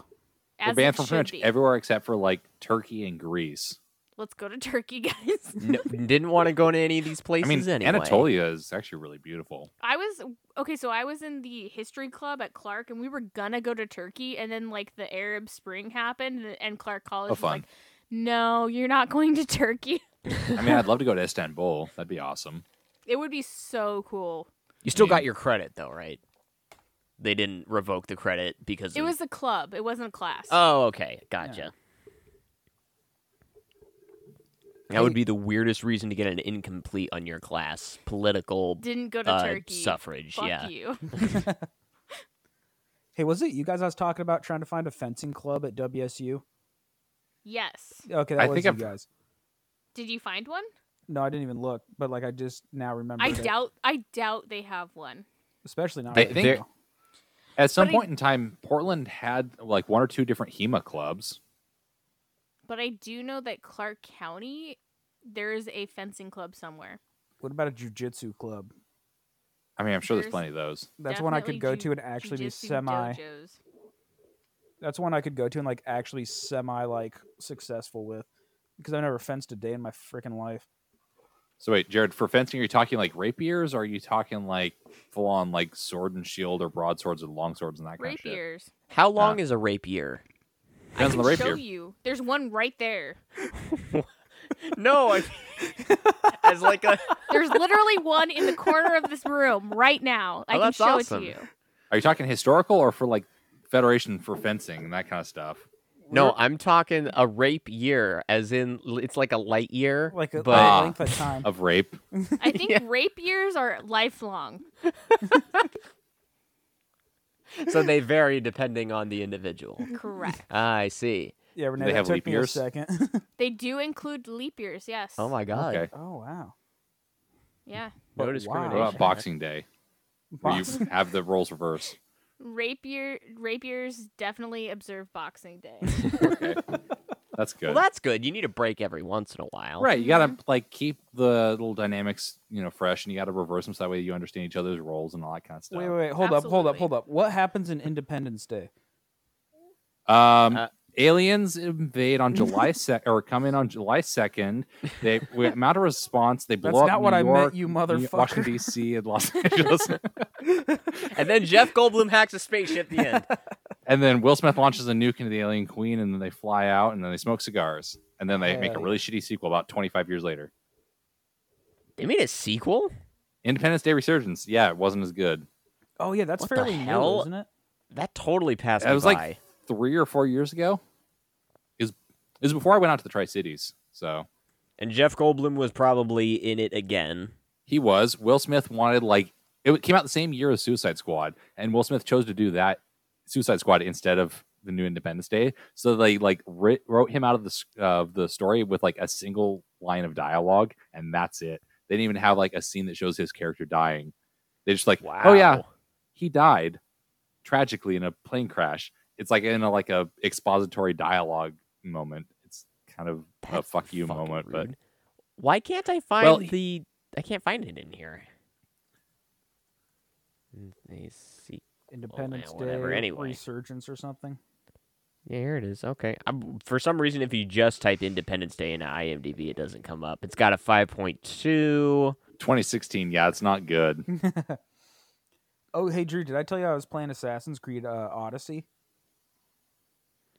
as
We're
it
banned from
should
pretty much
be.
everywhere except for like Turkey and Greece.
Let's go to Turkey, guys.
No, didn't want to go to any of these places
I mean,
anyway.
Anatolia is actually really beautiful.
I was okay, so I was in the history club at Clark, and we were gonna go to Turkey, and then like the Arab Spring happened, and- and Clark College
Oh,
was
fun.
like, "No, you're not going to Turkey."
I mean, I'd love to go to Istanbul. That'd be awesome.
It would be so cool.
You still
Yeah.
got your credit though, right? They didn't revoke the credit because
It
of-
was a club. It wasn't a class.
Oh, okay, gotcha. That would be the weirdest reason to get an incomplete on your class political
Didn't go to
uh,
Turkey.
suffrage.
Fuck
yeah,
you.
Hey, was it you guys I was talking about trying to find a fencing club at WSU?
yes.
Okay, that
I
was
think
you
I've-
guys.
Did you find one?
No, I didn't even look, but like I just now remember.
I doubt. I doubt they have one.
especially not.
They-
right
they-
now.
At some
I-
point in time, Portland had like one or two different HEMA clubs.
But I do know that Clark County, there is a fencing club somewhere.
What about a jujitsu club?
I mean, I'm sure there's
There's-
plenty of those.
That's one I could go
Definitely
to
ju-
and actually be
jujitsu
semi.
dojos.
That's one I could go to and like actually semi like successful with, because I've never fenced a day in my freaking life.
So wait, Jared, for fencing, are you talking like rapiers? Or are you talking like full on like sword and shield or broadswords and longswords and that kind of shit?
Rapiers.
How long
Uh,
is a rapier?
I
Depends on
can
the
show
rapier.
you. There's one right there.
No, I, as like a
There's literally one in the corner of this room right now.
Oh,
I can
that's
show
awesome.
it to you.
Are you talking historical or for like Federation for fencing and that kind of stuff?
no, I'm talking a rape year, as in l- it's like a light year,
Like a
but
Ah.
length of time.
Of rape?
I think rapiers are lifelong.
so they vary depending on the individual.
Correct.
Ah, I see.
yeah, Renee,
they
that
have
took
leap
me
years?
a second.
They do include leap years, yes.
Oh my god.
Okay.
oh wow.
Yeah.
No
But
What
discrimination.
why?
about Boxing Day? Where you
Box-
have the roles reversed.
Rapier rapiers definitely observe boxing day.
Okay. That's good.
Well, that's good. You need a break every once in a while.
Right, you gotta like keep the little dynamics, you know, fresh, and you gotta reverse them so that way you understand each other's roles and all that kind of stuff.
Wait, wait, wait, hold up, hold up, hold up. What happens in Independence Day?
Um,
Uh,
aliens invade on July sec or come in on July second. They we amount of response. They blow
That's
up
not
New
what I meant,
York,
you
New-
motherfucker.
Washington D.C. and Los Angeles,
And then Jeff Goldblum hacks a spaceship at the end.
and then Will Smith launches a nuke into the alien queen, and then they fly out, and then they smoke cigars, and then they make a
Hey.
really shitty sequel about twenty five years later.
They made a sequel?
Independence Day Resurgence. Yeah, it wasn't as good.
Oh yeah, that's
What the
fairly new,
hell?
isn't it?
That totally passed
That
me
was
by.
like Three or four years ago. Is is before I went out to the Tri Cities, so
And Jeff Goldblum was probably in it again.
He was. Will Smith wanted like it came out the same year as Suicide Squad, and Will Smith chose to do that Suicide Squad instead of the new Independence Day. So they like writ, wrote him out of the s- of the story with like a single line of dialogue, and that's it. They didn't even have like a scene that shows his character dying. They just like, oh yeah,
Wow.
he died tragically in a plane crash. It's like in a like a expository dialogue moment. It's kind of a
That's
fuck you
fucking
moment, but
rude. why can't I find
Well, he-
the I can't find it in here. They see
Independence
yeah,
Day
Oh, whatever, anyway.
resurgence or something.
Yeah, here it is. Okay. I'm, for some reason, if you just type Independence Day into IMDb, it doesn't come up. It's got a 5.2.
2016, yeah, it's not good.
Oh hey Drew, did I tell you I was playing Assassin's Creed uh, Odyssey?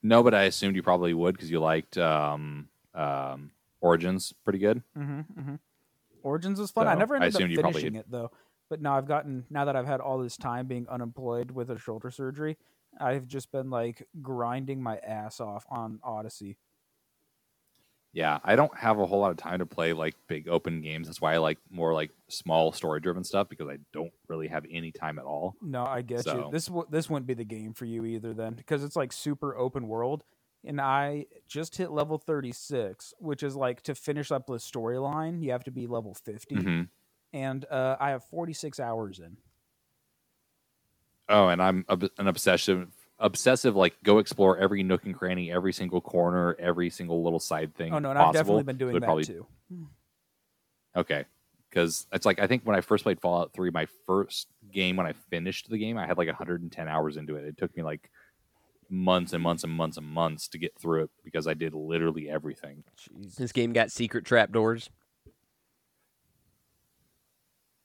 No, but I assumed you probably would because you liked um, um, Origins pretty good.
hmm hmm Origins was fun. I
So,
never
I
ended
assumed you
up
probably
finishing it though. But now I've gotten now that I've had all this time being unemployed with a shoulder surgery, I've just been like grinding my ass off on Odyssey.
Yeah, I don't have a whole lot of time to play like big open games. That's why I like more like small story driven stuff because I don't really have any time at all.
No, I get
So-
you. This w- this wouldn't be the game for you either then because it's like super open world and I just hit level 36, which is like to finish up the storyline, you have to be level 50.
Mhm.
And uh, I have 46 hours in.
Oh, and I'm ob- an obsessive, obsessive. Like, go explore every nook and cranny, every single corner, every single little side thing.
Oh, no, and
Mm-hmm. possible.
I've definitely been
So
doing
it
that
probably-
too.
Okay, because it's like I think when I first played Fallout Three, my first game when I finished the game, I had like 110 hours into it. It took me like months and months and months and months to get through it because I did literally everything.
This game got secret trapdoors.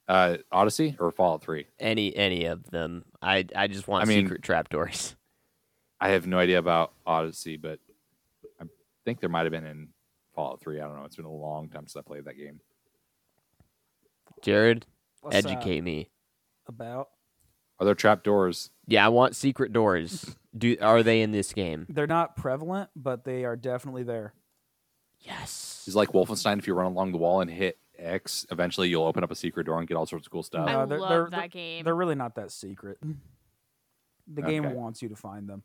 Uh, Odyssey or Fallout Three?
Any any of them. I I just want
I mean-
secret trapdoors.
I have no idea about Odyssey, but I think there might have been in Fallout Three. I don't know. It's been a long time since I played that game.
Jared,
What's that
educate me.
about.
Are there trap doors?
Yeah, I want secret doors. Do are they in this game?
They're not prevalent, but they are definitely there.
Yes.
It's like Wolfenstein. If you run along the wall and hit X, eventually you'll open up a secret door and get all sorts of cool stuff.
I
No, Uh, they're-
love
they're-
that game.
They're really not that secret. The game
Okay.
wants you to find them.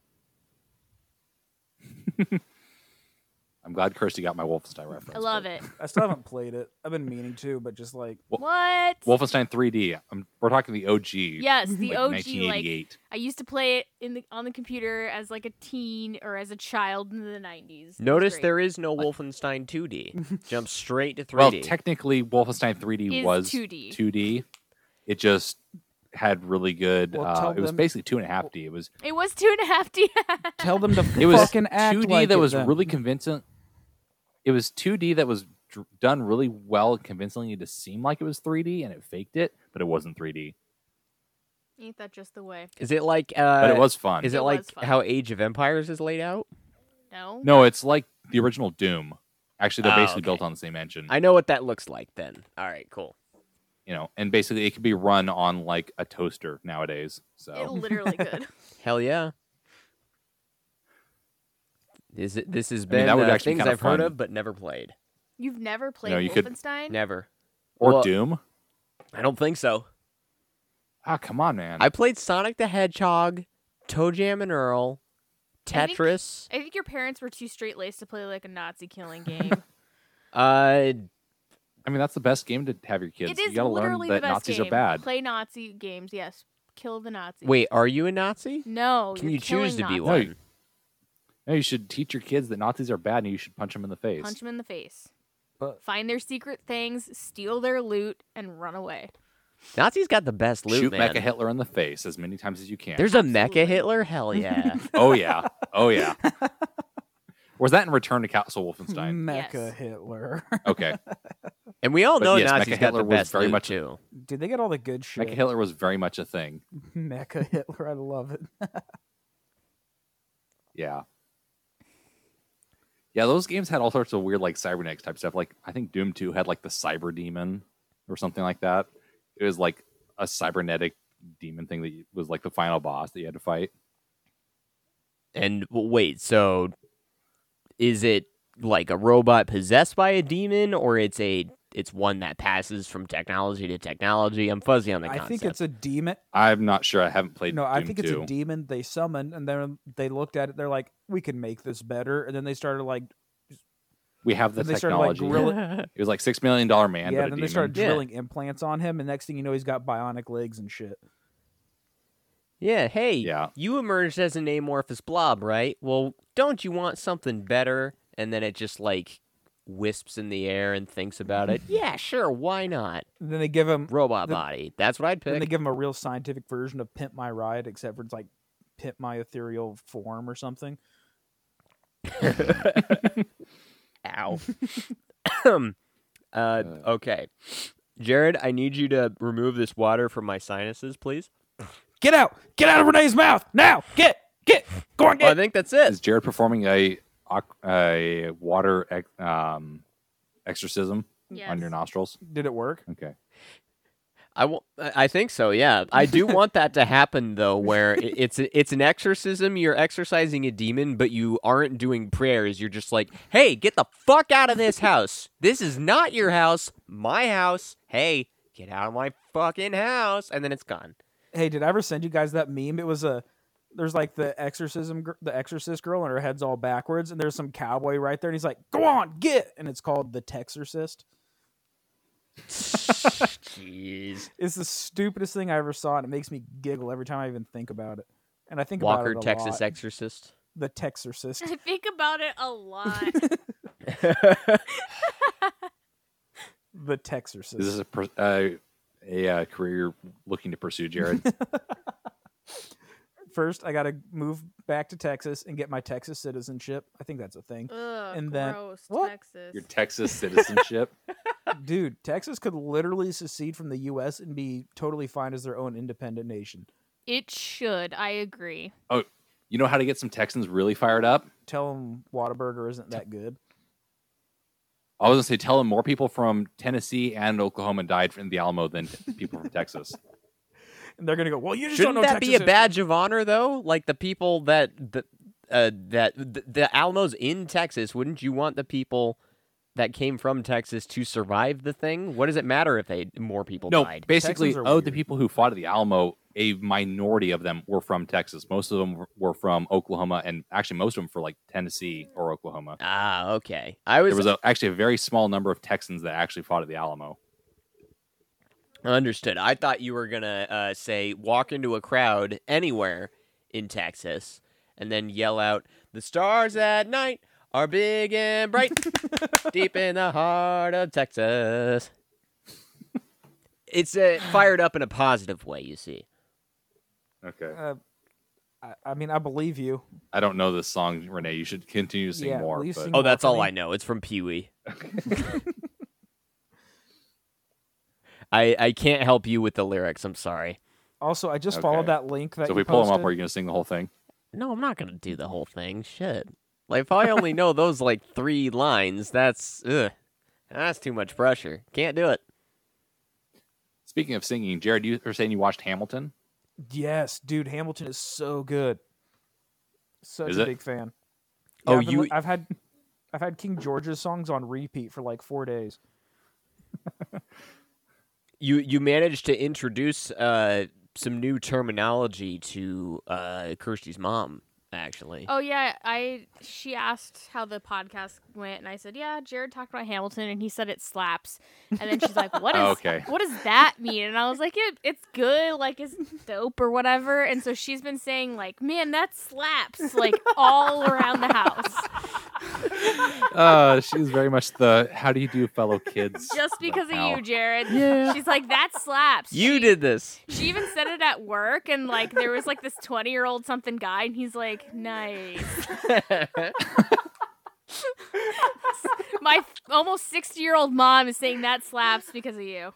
I'm glad Kirsty got my Wolfenstein reference.
I love
but-
it.
I still haven't played it. I've been meaning to, but just like
What?
Wolfenstein 3D. I'm, we're talking the OG.
yes, the
like
OG. Like
1988.
I used to play it in the on the computer as like a teen or as a child in the nineties.
Notice there is no Wolfenstein 2D. Jump straight to 3D.
well, technically, Wolfenstein 3D
Is
was
2D.
2D. It just had really good.
Well,
uh,
tell
it was
them-
basically two and a half D. It was
It was two and a half D.
tell them to
it was
fucking act
2D
like
that
it
was
then.
really convincing. It was 2D that was dr- done really well, convincingly to seem like it was 3D, and it faked it, but it wasn't 3D.
Ain't that just the way?
is it like
But
uh
it was fun.
is it,
It was
like
fun.
how Age of Empires is laid out?
No.
no, it's like the original Doom. Actually,
Ah,
they're
Oh,
basically
okay.
built on the same engine.
I know what that looks like then. All right, cool.
you know, and basically it could be run on like a toaster nowadays.
It
So
literally could.
Hell yeah. Is it, this has
mean,
been
that would
uh,
actually be
things
kinda
I've heard
fun.
of but never played.
You've never played
you could-
Wolfenstein?
Never.
or
Well,
Doom.
I don't think so.
Ah, come on, man.
I played Sonic the Hedgehog, Toe Jam and Earl,
I think-
Tetris.
I think your parents were too straight laced to play like a Nazi killing game.
Uh,
I mean, that's the best game to have your kids.
it is
you gotta learn
literally
that
the best
Nazis
game.
are bad.
Play Nazi games, yes. Kill the Nazis.
wait, are you a Nazi?
No.
Can
you're
you choose
killing
to be
Nazis.
No,
one?
you- No, you should teach your kids that Nazis are bad, and you should punch them in the face.
Punch them in the face.
But-
Find their secret things, steal their loot, and run away.
Nazis got the best loot,
Shoot
man.
Mecha Hitler in the face as many times as you can.
There's a
Absolutely.
Mecha Hitler? Hell yeah.
oh yeah, oh yeah. Was that in Return to Castle
Mm.
Wolfenstein?
Mecha
Yes.
Hitler.
Okay,
and we all
But
know
yes,
Nazis
Mecha
got
Hitler
the
was
best
very
loot,
much-
too.
Dude, they get all the good shit.
Mecha Hitler was very much a thing.
Mecha Hitler, I love it.
Yeah. Yeah, those games had all sorts of weird like cybernetics type stuff. Like I think Doom 2 had like the cyber demon or something like that. It was like a cybernetic demon thing that you- was like the final boss that you had to fight.
And w- wait, so is it like a robot possessed by a demon or it's a it's one that passes from technology to technology? I'm fuzzy on the
I
concept.
think it's a demon.
I'm not sure. I haven't played
No,
Doom
I think it's
2.
a demon they summoned, and then they looked at it. They're like, "We can make this better," and then they started like,
we have the
then they started like
technology.
drilling.
it was like 6 million dollar man,
yeah,
but a
then
demon.
they started
Yeah.
drilling implants on him, and next thing you know, he's got bionic legs and shit.
Yeah, hey,
Yeah.
you emerged as an amorphous blob, right? Well, don't you want something better? And then it just like wisps in the air and thinks about it. yeah, sure, why not?
And then they give him,
Robot
The-
body. That's what I'd
then they
pick.
give him a real scientific version of "Pimp My Ride," except for it's like "Pimp My Ethereal Form" or something.
Ow. uh, okay. Jared, I need you to remove this water from my sinuses, please.
Get out! Get out of Renee's mouth now! Get, get, go on,
Well, Oh, I
get.
think that's
Is
it.
Jared performing a aqu- a water ex- um exorcism
Yes.
on your nostrils?
Did it work?
Okay.
I w- I think so, yeah. I do want that to happen, though, where i- it's a, it's an exorcism. You're exorcising a demon, but you aren't doing prayers. You're just like, hey, get the fuck out of this house. This is not your house, my house. Hey, get out of my fucking house. And then it's gone.
Hey, did I ever send you guys that meme? It was a there's like the exorcism, gr- the exorcist girl, and her head's all backwards, and there's some cowboy right there, and he's like, "Go on, get!" And it's called the Texorcist.
Jeez.
It's the stupidest thing I ever saw, and it makes me giggle every time I even think about it. And I think
Walker,
about it a
Texas
lot.
Exorcist.
the Texorcist.
I think about it a lot.
The Texorcist.
Is this a per- uh, a uh, career you're looking to pursue, Jared?
First, I gotta move back to Texas and get my Texas citizenship. I think that's a thing,
Ugh,
And then-
gross.
what?
Texas.
Your Texas citizenship.
dude. Texas could literally secede from the U.S. and be totally fine as their own independent nation.
it should. I agree.
You know how to get some Texans really fired up?
Tell them Whataburger isn't that good.
I was gonna say, tell them more people from Tennessee and Oklahoma died in the Alamo than people from Texas.
And they're gonna go, well, you just
Shouldn't
don't know
that
Texas
be a
history."
badge of honor, though? Like the people that the uh, that the, the Alamo's in Texas. Wouldn't you want the people that came from Texas to survive the thing? What does it matter if they more people
No,
died?
basically,
Texans are
oh, the
weird.
people who fought at the Alamo, a minority of them were from Texas. Most of them were from Oklahoma, and actually, most of them for like Tennessee or Oklahoma.
Ah, okay. I was,
There was a, actually a very small number of Texans that actually fought at the Alamo.
understood. I thought you were gonna uh, say walk into a crowd anywhere in Texas and then yell out, "The stars at night are big and bright, deep in the heart of Texas." It's uh, fired up in a positive way, you see.
Okay,
Uh, I, I mean, I believe you.
I don't know this song, Renee. You should continue to sing
Yeah,
more.
will you
but-
sing-
Oh, that's all
Walker.
I know. It's from Pee Wee. I I can't help you with the lyrics. I'm sorry.
Also, I just
Okay.
followed that link that
so if
you
we pull them up,
posted.
are you going to sing the whole thing?
No, I'm not gonna do the whole thing. Shit. Like if I only know those like three lines, that's ugh, that's too much pressure. Can't do it.
Speaking of singing, Jared, you were saying you watched Hamilton.
Yes, dude, Hamilton is so good. Such
Is
a
it?
big fan.
Oh,
I've been
you-
li- I've had, I've had King George's songs on repeat for like four days.
You you managed to introduce uh some new terminology to uh Kirsty's mom actually.
Oh yeah, I she asked how the podcast went, and I said, "Yeah, Jared talked about Hamilton, and he said it slaps." And then she's like, "What is?
Okay.
What does that mean?" And I was like, it, "It's good, like it's dope or whatever." And so she's been saying like, "Man, that slaps!" Like all around the house,
Uh, she's very much the "How do you do, fellow kids?"
just because of
Wow.
you, Jared. She's like, "That slaps."
You
She-
did this.
She even said it at work, and like there was like this twenty-year-old something guy, and he's like, "Nice." My f- almost 60 year old mom is saying that slaps because of you.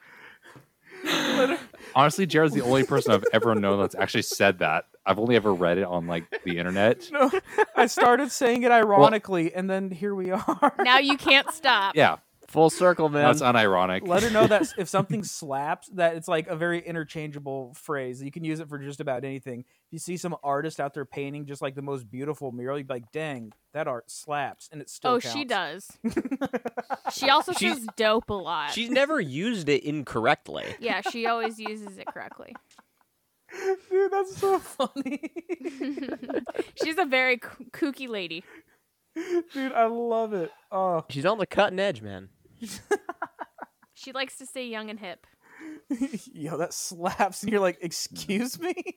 Honestly, Jared's the only person I've ever known that's actually said that. I've only ever read it on like the internet.
No, I started saying it ironically, and then here we are.
Now you can't stop.
Yeah,
Full circle, man.
that's uh, unironic.
Let her know that s- if something slaps, that it's like a very interchangeable phrase. You can use it for just about anything. If you see some artist out there painting just like the most beautiful mural, you'd be like, "Dang, that art slaps," and it still.
oh, she
counts.
does. she also
She's-
says dope a lot.
She's never used it incorrectly.
yeah, she always uses it correctly.
Dude, that's so funny.
She's a very k- kooky lady.
Dude, I love it. Oh,
She's on the cutting edge, man.
She likes to stay young and hip.
yo, that slaps. And you're like, excuse me?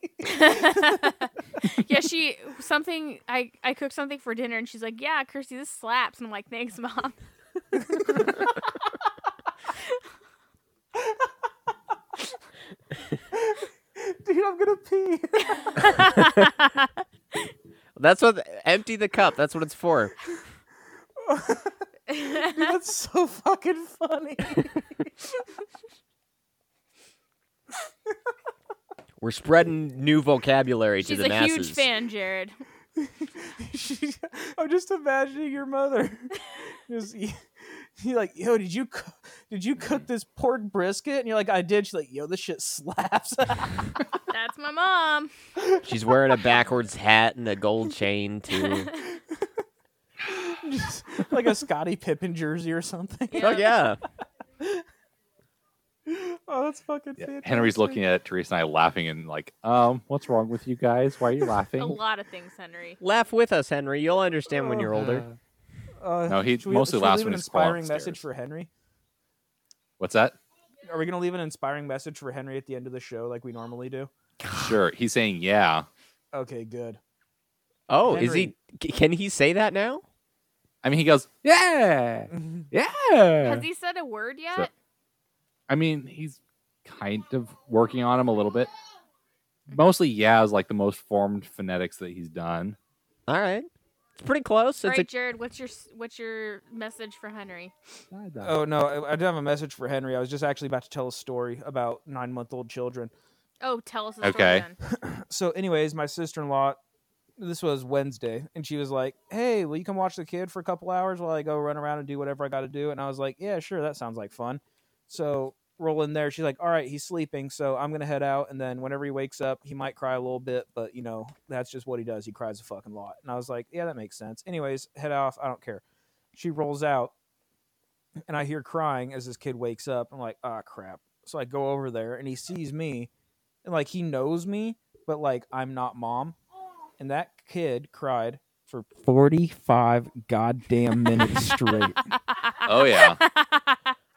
Yeah, she something I I cooked something for dinner and she's like, "Yeah, Kirsty, this slaps." And I'm like, "Thanks, mom."
Dude, I'm going to pee.
That's what empty the cup. That's what it's for.
Dude, that's so fucking funny.
We're spreading new vocabulary
She's
to the
a
masses.
huge fan, Jared.
She- I'm just imagining your mother. Just, you're like, yo, did you coo- did you cook this pork brisket? And you're like, I did. She's like, yo, this shit slaps.
That's my mom.
She's wearing a backwards hat and a gold chain too.
Just
Oh,
like a Scottie Pippen jersey or something.
Fuck yeah.
Oh, that's fucking
Yeah.
fantastic.
Henry's looking at Teresa and I laughing and like, um, what's wrong with you guys? Why are you
A
laughing?
lot of things, Henry.
Laugh with us, Henry. You'll understand when you're older.
Uh,
No, he
should we-
mostly
should we
laughs
leave
when
an
he's crawling
inspiring
upstairs.
message for Henry.
What's that?
Are we gonna leave an inspiring message for Henry at the end of the show like we normally do?
Sure. He's saying, yeah.
Okay, good.
Oh, is he? c- Can he say that now?
I mean, he goes, yeah, yeah.
Has he said a word yet?
So- I mean, he's kind of working on him a little bit. Mostly, yeah, is like the most formed phonetics that he's done.
All right, it's pretty close.
All
It's
right,
a,
Jared, what's your s- what's your message for Henry?
Oh no, I, I do have a message for Henry. I was just actually about to tell a story about nine-month-old children.
Oh, tell us the story
Okay.
then.
so anyways my sister-in-law this was wednesday and she was like hey will you come watch the kid for a couple hours while i go run around and do whatever i gotta do and i was like yeah sure that sounds like fun so roll in there she's like all right he's sleeping so i'm gonna head out and then whenever he wakes up he might cry a little bit but you know that's just what he does he cries a fucking lot and i was like yeah that makes sense anyways head off i don't care she rolls out and i hear crying as this kid wakes up i'm like ah crap so i go over there and he sees me and like he knows me but like I'm not mom. And that kid cried for 45 goddamn minutes straight.
Oh, yeah.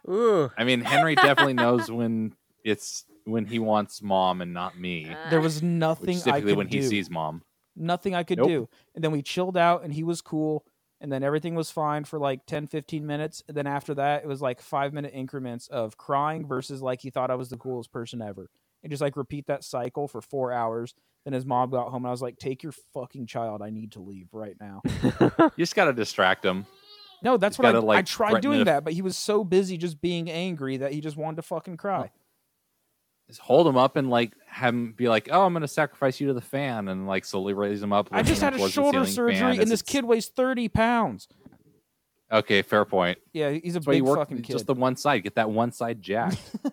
ooh,
I mean, Henry definitely knows when it's when he wants mom and not me,
Uh,
There was
which
nothing
is
I
typically
could
when
do.
he sees mom.
nothing I could
Nope.
do. And then we chilled out and he was cool. And then everything was fine for like 10, 15 minutes. And then after that, it was like five minute increments of crying versus like he thought I was the coolest person ever. And just like repeat that cycle for four hours. Then his mom got home and I was like, take your fucking child. I need to leave right now.
You just gotta distract him.
No, that's
He's
what I,
gotta,
I
like,
tried
threaten
doing
it.
that, but he was so busy just being angry that he just wanted to fucking
Oh,
cry.
Just hold him up and like have him be like, "Oh, I'm gonna sacrifice you to the fan," and like slowly raise him up.
I
lift
just
him
had a
towards the
shoulder
ceiling fan
surgery,
as
and this
it's-
kid weighs thirty pounds.
Okay, fair point.
Yeah, he's a
That's why you
big
work
fucking kid.
just the one side. Get that one side jacked.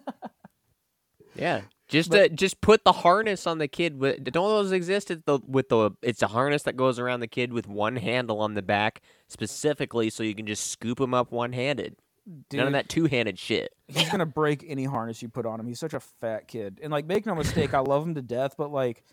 yeah. Just
But-
uh, just put the harness on the kid. With, don't those exist? At the with the it's a harness that goes around the kid with one handle on the back specifically, so you can just scoop him up one handed.
Dude,
None of that two handed shit.
He's gonna break any harness you put on him. He's such a fat kid, and like, make no mistake, I love him to death, but like,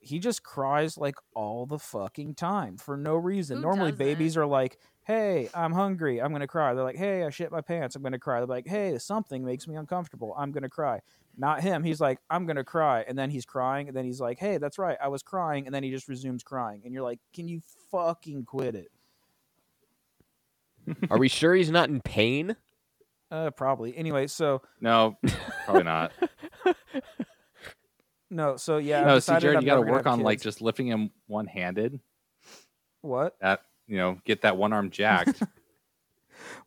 he just cries like all the fucking time for no reason.
Who
Normally,
doesn't?
babies are like, "Hey, I'm hungry. I'm gonna cry." They're like, "Hey, I shit my pants. I'm gonna cry." They're like, "Hey, something makes me uncomfortable. I'm gonna cry." Not him. He's like, "I'm gonna cry," and then he's crying, and then he's like, "Hey, that's right. I was crying," and then he just resumes crying, and you're like, "Can you fucking quit it?"
Are we sure he's not in pain?
Uh, probably. Anyway, so
No, probably not.
no, so yeah. I've
no, see,
decided
Jared,
I'm
you got to
never gonna
work
have
on like
kids.
just lifting him one handed.
what?
That you know, get that one arm jacked.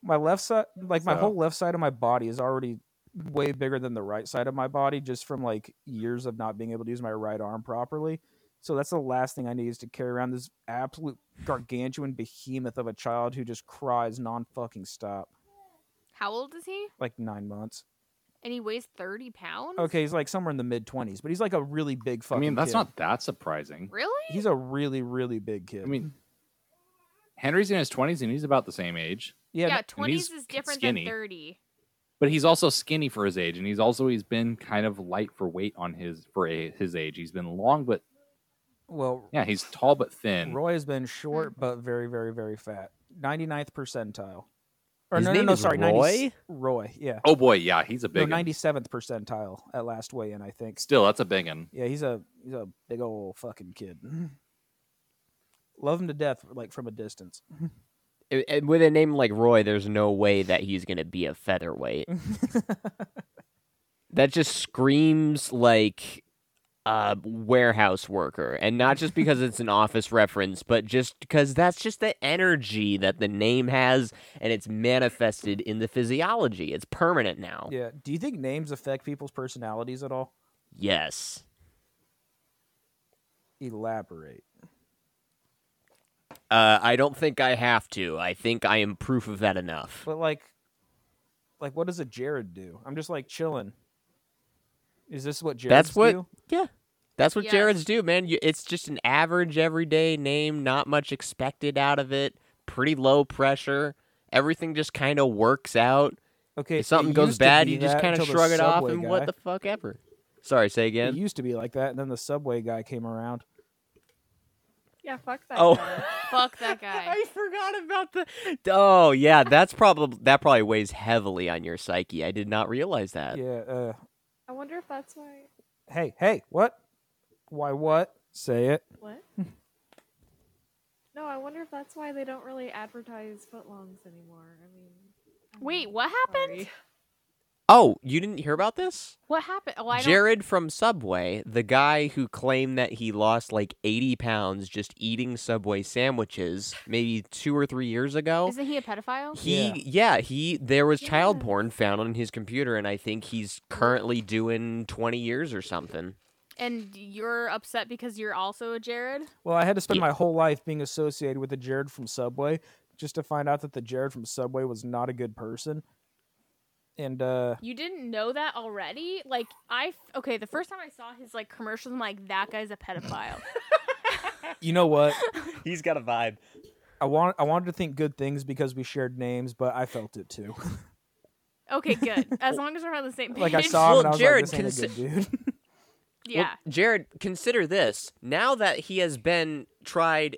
my left side like my
So-
whole left side of my body is already way bigger than the right side of my body just from like years of not being able to use my right arm properly so that's the last thing i need is to carry around this absolute gargantuan behemoth of a child who just cries non-fucking stop
How old is he?
like nine months
And he weighs thirty pounds.
okay he's like somewhere in the mid-20s but he's like a really big
I
fucking
mean, that's
kid.
not that surprising.
Really?
he's a really really big kid
I mean, Henry's in his twenties and he's about the same age,
yeah,
yeah,
no-
twenties
he's
is different
skinny.
than thirty.
but he's also skinny for his age, and he's also he's been kind of light for weight on his for a, his age. He's been long, but
well
yeah, he's tall but thin.
roy has been short but very very very fat 99th percentile or
His
no
name
no no
is
sorry 90
Roy?
roy yeah
Oh boy, yeah, he's a
No,
big.
ninety seventh percentile at last weigh in, I think.
Still, that's a big one.
Yeah, he's a he's a big old fucking kid. Love him to death, like from a distance.
I- I- with a name like Roy, there's no way that he's going to be a featherweight. that just screams like a warehouse worker, and not just because it's an office reference, but just because that's just the energy that the name has, and it's manifested in the physiology. It's permanent now.
Yeah. Do you think names affect people's personalities at all?
Yes.
Elaborate.
Uh, I don't think I have to. I think I am proof of that enough.
But like, like what does a Jared do? I'm just like chilling. Is this what Jared's
That's what.
do?
Yeah, that's what
Yes.
Jared's do, man. You, it's just an average, everyday name. Not much expected out of it. Pretty low pressure. Everything just kind of works out.
Okay,
If something
it
goes
used to
bad,
be
you just
that
kind of
until the
shrug it off
Subway
and
guy-
what the fuck ever. Sorry, say
It
again.
used to be like that, and then the subway guy came around.
Yeah, fuck that.
Oh.
guy. fuck that guy.
I forgot about the. Oh yeah, that's probably that probably weighs heavily on your psyche. I did not realize that.
Yeah. Uh,
I wonder if that's why.
hey, hey, what? Why what? Say it.
What? no, I wonder if that's why they don't really advertise footlongs anymore. I mean, wait, what happened?
Oh, you didn't hear about this?
What happened? Oh, I don't.
Jared from Subway, the guy who claimed that he lost like 80 pounds just eating Subway sandwiches maybe two or three years ago.
Isn't he a pedophile?
He, yeah. he, there was child porn found on his computer, and I think he's currently doing 20 years or something.
And you're upset because you're also a Jared?
Well, I had to spend
Yeah.
my whole life being associated with the Jared from Subway just to find out that the Jared from Subway was not a good person. And uh
You didn't know that already? Like I f- okay, the first time I saw his like commercials, I'm like, that guy's a pedophile.
you know what?
He's got a vibe.
I want I wanted to think good things because we shared names, but I felt it too.
okay, good. As long as we're on the same page.
like I saw him
Well,
and I was
Jared
like, this ain't a good dude.
Yeah.
Jared, consider this. Now that he has been tried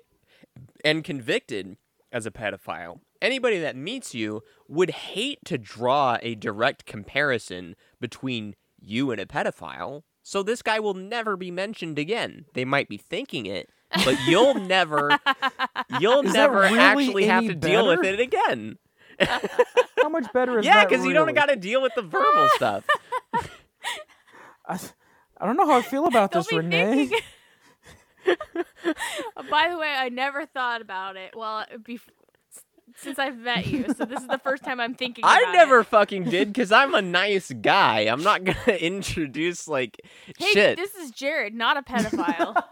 and convicted as a pedophile, anybody that meets you would hate to draw a direct comparison between you and a pedophile. So this guy will never be mentioned again. They might be thinking it, but you'll never you'll
Is that
never
really
actually have
any
to deal with
better?
it again.
How much better is
yeah,
because
you don't got to deal with the verbal stuff.
I, I don't know how I feel about
Don't
this,
be
Renee.
thinking- Uh, By the way, I never thought about it. Well, bef- s- since I've met you, so this is the first time I'm thinking.
I
about
never
It.
fucking did because I'm a nice guy. I'm not gonna introduce like
Hey,
shit.
this is Jared, not a pedophile.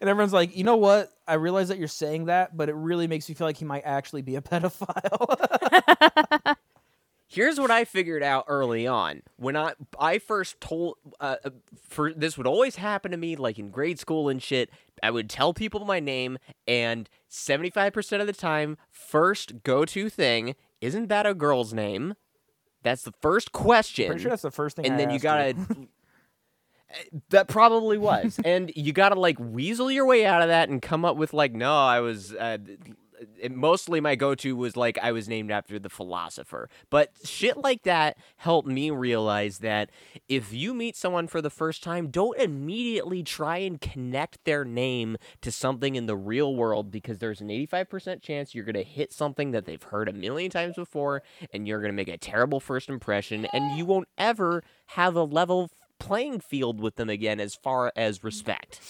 And everyone's like, you know what? I realize that you're saying that, but it really makes me feel like he might actually be a pedophile.
Here's what I figured out early on when I I first told uh, uh, for this would always happen to me like in grade school and shit. I would tell people my name, and 75% of the time, first go to thing isn't that a girl's name? That's the first question.
Pretty sure that's the first thing. I
and then you
asked
gotta that probably was and you gotta like weasel your way out of that and come up with like no i was uh, it, mostly my go-to was like i was named after the philosopher but shit like that helped me realize that if you meet someone for the first time don't immediately try and connect their name to something in the real world because there's an 85% chance you're gonna hit something that they've heard a million times before and you're gonna make a terrible first impression and you won't ever have a level playing field with them again as far as respect.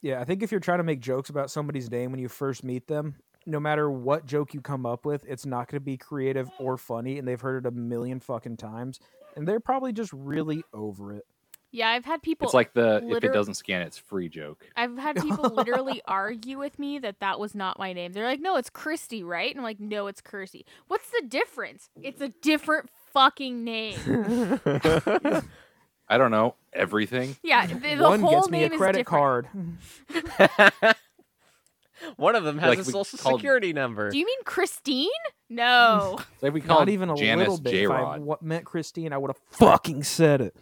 Yeah, I think if you're trying to make jokes about somebody's name when you first meet them, no matter what joke you come up with, it's not going to be creative or funny, and they've heard it a million fucking times, and they're probably just really over it.
yeah, I've had people.
it's like the if
liter-
it doesn't scan, it's free joke.
I've had people literally argue with me that that was not my name. They're like, "No, it's Christy, right?" And I'm like, "No, it's Kirsty." What's the difference? It's a different fucking name.
I don't know everything.
Yeah, the, the
One
whole
gets me a
name
credit
is different.
card.
One of them has
Like
a
we
social
called-
security number.
Do you mean Christine? No.
It's like we call
Not even a
Janice
little bit. If I
J-Rod.
w- meant Christine, I would have fucking said it.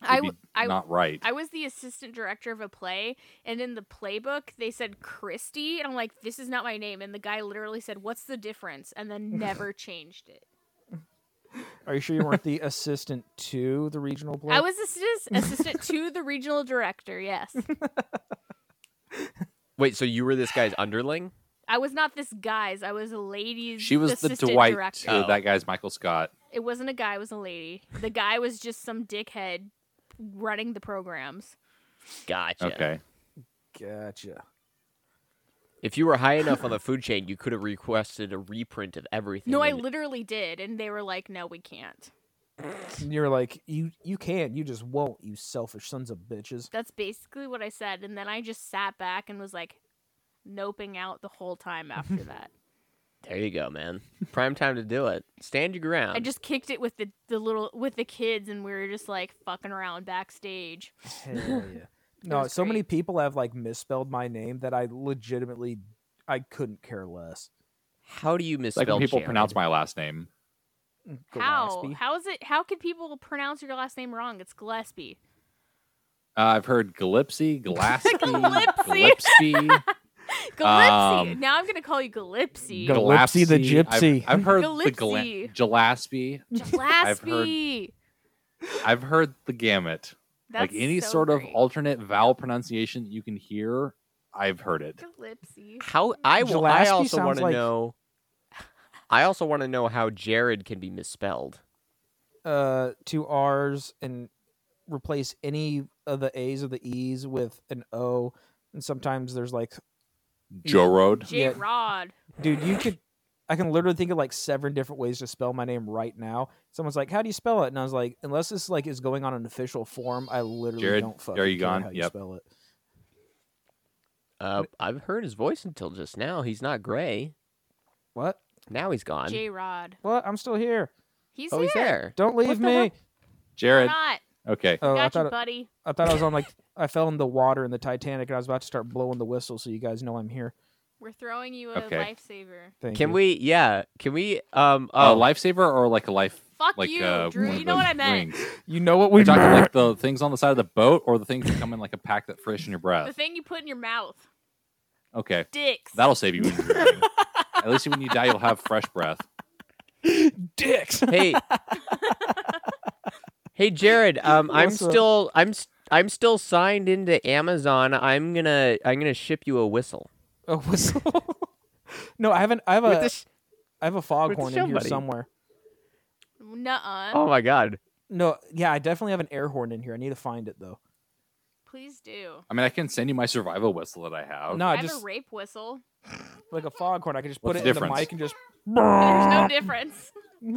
I,
Would
w-
be
I
not right.
I was the assistant director of a play, and in the playbook they said Christy, and I'm like, this is not my name. And the guy literally said, "What's the difference?" and then never changed it.
Are you sure you weren't the assistant to the regional play?
I was assist- assistant to the regional director. Yes,
Wait, so you were this guy's underling?
I was not this guy's. I was a lady's.
she was the
assistant
Dwight
Director.
to that guy's Michael Scott.
It wasn't a guy. It was a lady. The guy was just some dickhead running the programs.
Gotcha.
Okay,
Gotcha.
If you were high enough on the food chain, you could have requested a reprint of everything.
No, I
and-
literally did, and they were like, "No, we can't."
And you're like, you you can, you just won't, you selfish sons of bitches.
That's basically what I said. And then I just sat back and was like noping out the whole time after that.
There you go, man. Prime time to do it. Stand your ground.
Um,
I just kicked it with the, the little with the kids and we were just like fucking around backstage.
Hell yeah. No,
was
so many
great.
people have like misspelled my name that I legitimately I couldn't care less.
How do you
it's like
misspell
when people
Jared?
pronounce my last name.
How?
Gillespie.
How is it? How could people pronounce your last name wrong? It's Gillespie.
Uh, I've heard Gillespie, Gillespie,
Gillespie.
Gillespie,
Gillespie.
Um,
now I'm gonna call you Gillespie.
Gil- Gillespie the
Gillespie.
gypsy.
I've, I've heard the
Gillespie.
Gla- Gillespie.
Gillespie.
I've heard the gamut. like
That's
any
so
sort
great.
of alternate vowel pronunciation that you can hear, I've heard it.
Gillespie.
How I will. I
Gillespie
also want
sounds
to
like-
know. I also want to know how Jared can be misspelled.
uh, two R's and replace any of the A's or the E's with an O. And sometimes there's like,
Joe Road.
J Rod.
dude, you could. I can literally think of like seven different ways to spell my name right now. Someone's like, "How do you spell it?" And I was like, "Unless this like is going on an official form, I literally
Jared,
don't fucking
are you
care
gone?
how you
Yep.
spell it."
Uh, I've heard his voice until just now. He's not gray.
What?
Now he's gone.
J Rod.
What? I'm still here.
He's
oh,
here.
he's there.
Don't leave
the
me.
heck?
Jared.
Not.
Okay.
Oh, I
Got you,
thought
buddy.
I thought I was on like I fell in the water in the Titanic and I was about to start blowing the whistle, so you guys know I'm here.
We're throwing you a
Okay.
lifesaver.
Thank
Can
you.
we? Yeah. Can we? Um.
A
Oh,
lifesaver or like a life
Fuck
like
you,
uh,
Drew.
one of
You know what
those
I meant.
rings.
You know what
We're
we
talking
meant.
like the things on the side of the boat or the things that come in like a pack that fresh in your
The
breath.
thing you put in your mouth.
Okay.
Dicks.
That'll save you when you're drowning. At least when you die you'll have fresh breath.
dicks.
hey hey jared um i'm
What's up?
still i'm s- i'm still signed into amazon i'm gonna i'm gonna ship you a whistle
A whistle. no, I haven't. I have
With
a.
this-
I have a foghorn in here
somebody.
somewhere.
Nuh-uh.
oh my god
No, yeah, I definitely have an air horn in here. I need to find it though.
Please do.
I mean I can send you my survival whistle that I have.
No,
I
I
have
Ah, just
a rape whistle.
like a foghorn. I can just
What's
put it
the
in the
difference?
mic and just.
There's no difference.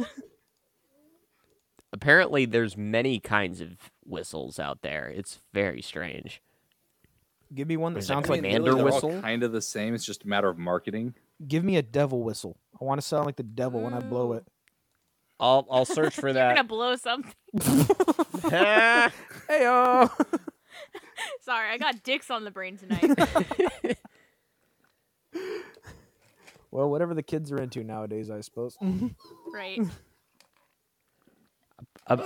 apparently there's many kinds of whistles out there it's very strange
Give me one that
Is it
sounds like.
commander
they're all
whistle?
kind of the same. It's just a matter of marketing.
Give me a devil whistle. I want to sound like the devil when I blow it.
i'll i'll search for
You're gonna
that
blow something.
Hey yo.
Sorry, I got dicks on the brain tonight.
well, whatever the kids are into nowadays, I suppose.
right.
I'm-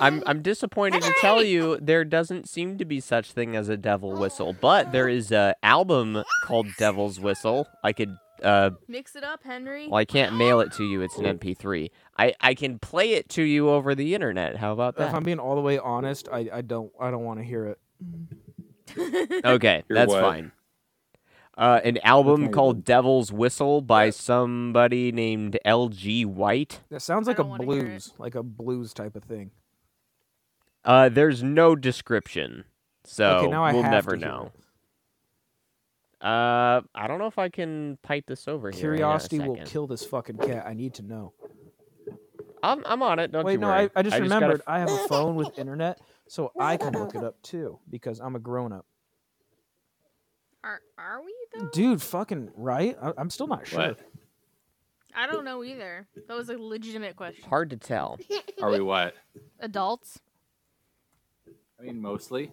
i'm i'm disappointed to tell you there doesn't seem to be such thing as a devil whistle but there is a album called devil's whistle i could uh
Mix it up, Henry.
Well, I can't mail it to you. It's an MP3. I, I can play it to you over the internet. How about
if I'm
that?
being all the way honest, I, I don't I don't want to hear it.
Okay,
You're
that's
what?
fine. Uh, an album
Okay.
called Devil's Whistle by somebody named LG White.
That sounds
I
like a
don't wanna hear it.
blues, like a blues type of thing.
Uh, there's no description, so
okay, now I
we'll
have
never
to hear
know.
it.
Uh, I don't know if I can pipe this over here. Hang on a
Curiosity will
second.
kill this fucking cat. I need to know.
I'm, I'm on it. Don't
Wait,
you
no,
worry.
I, I just
gotta
remembered I have a phone with internet, so I can look it up too because I'm a grown up.
Are are we though?
Dude, fucking right? I, I'm still not sure.
What?
I don't know either. That was a legitimate question.
Hard to tell.
Are we what?
Adults?
I mean mostly.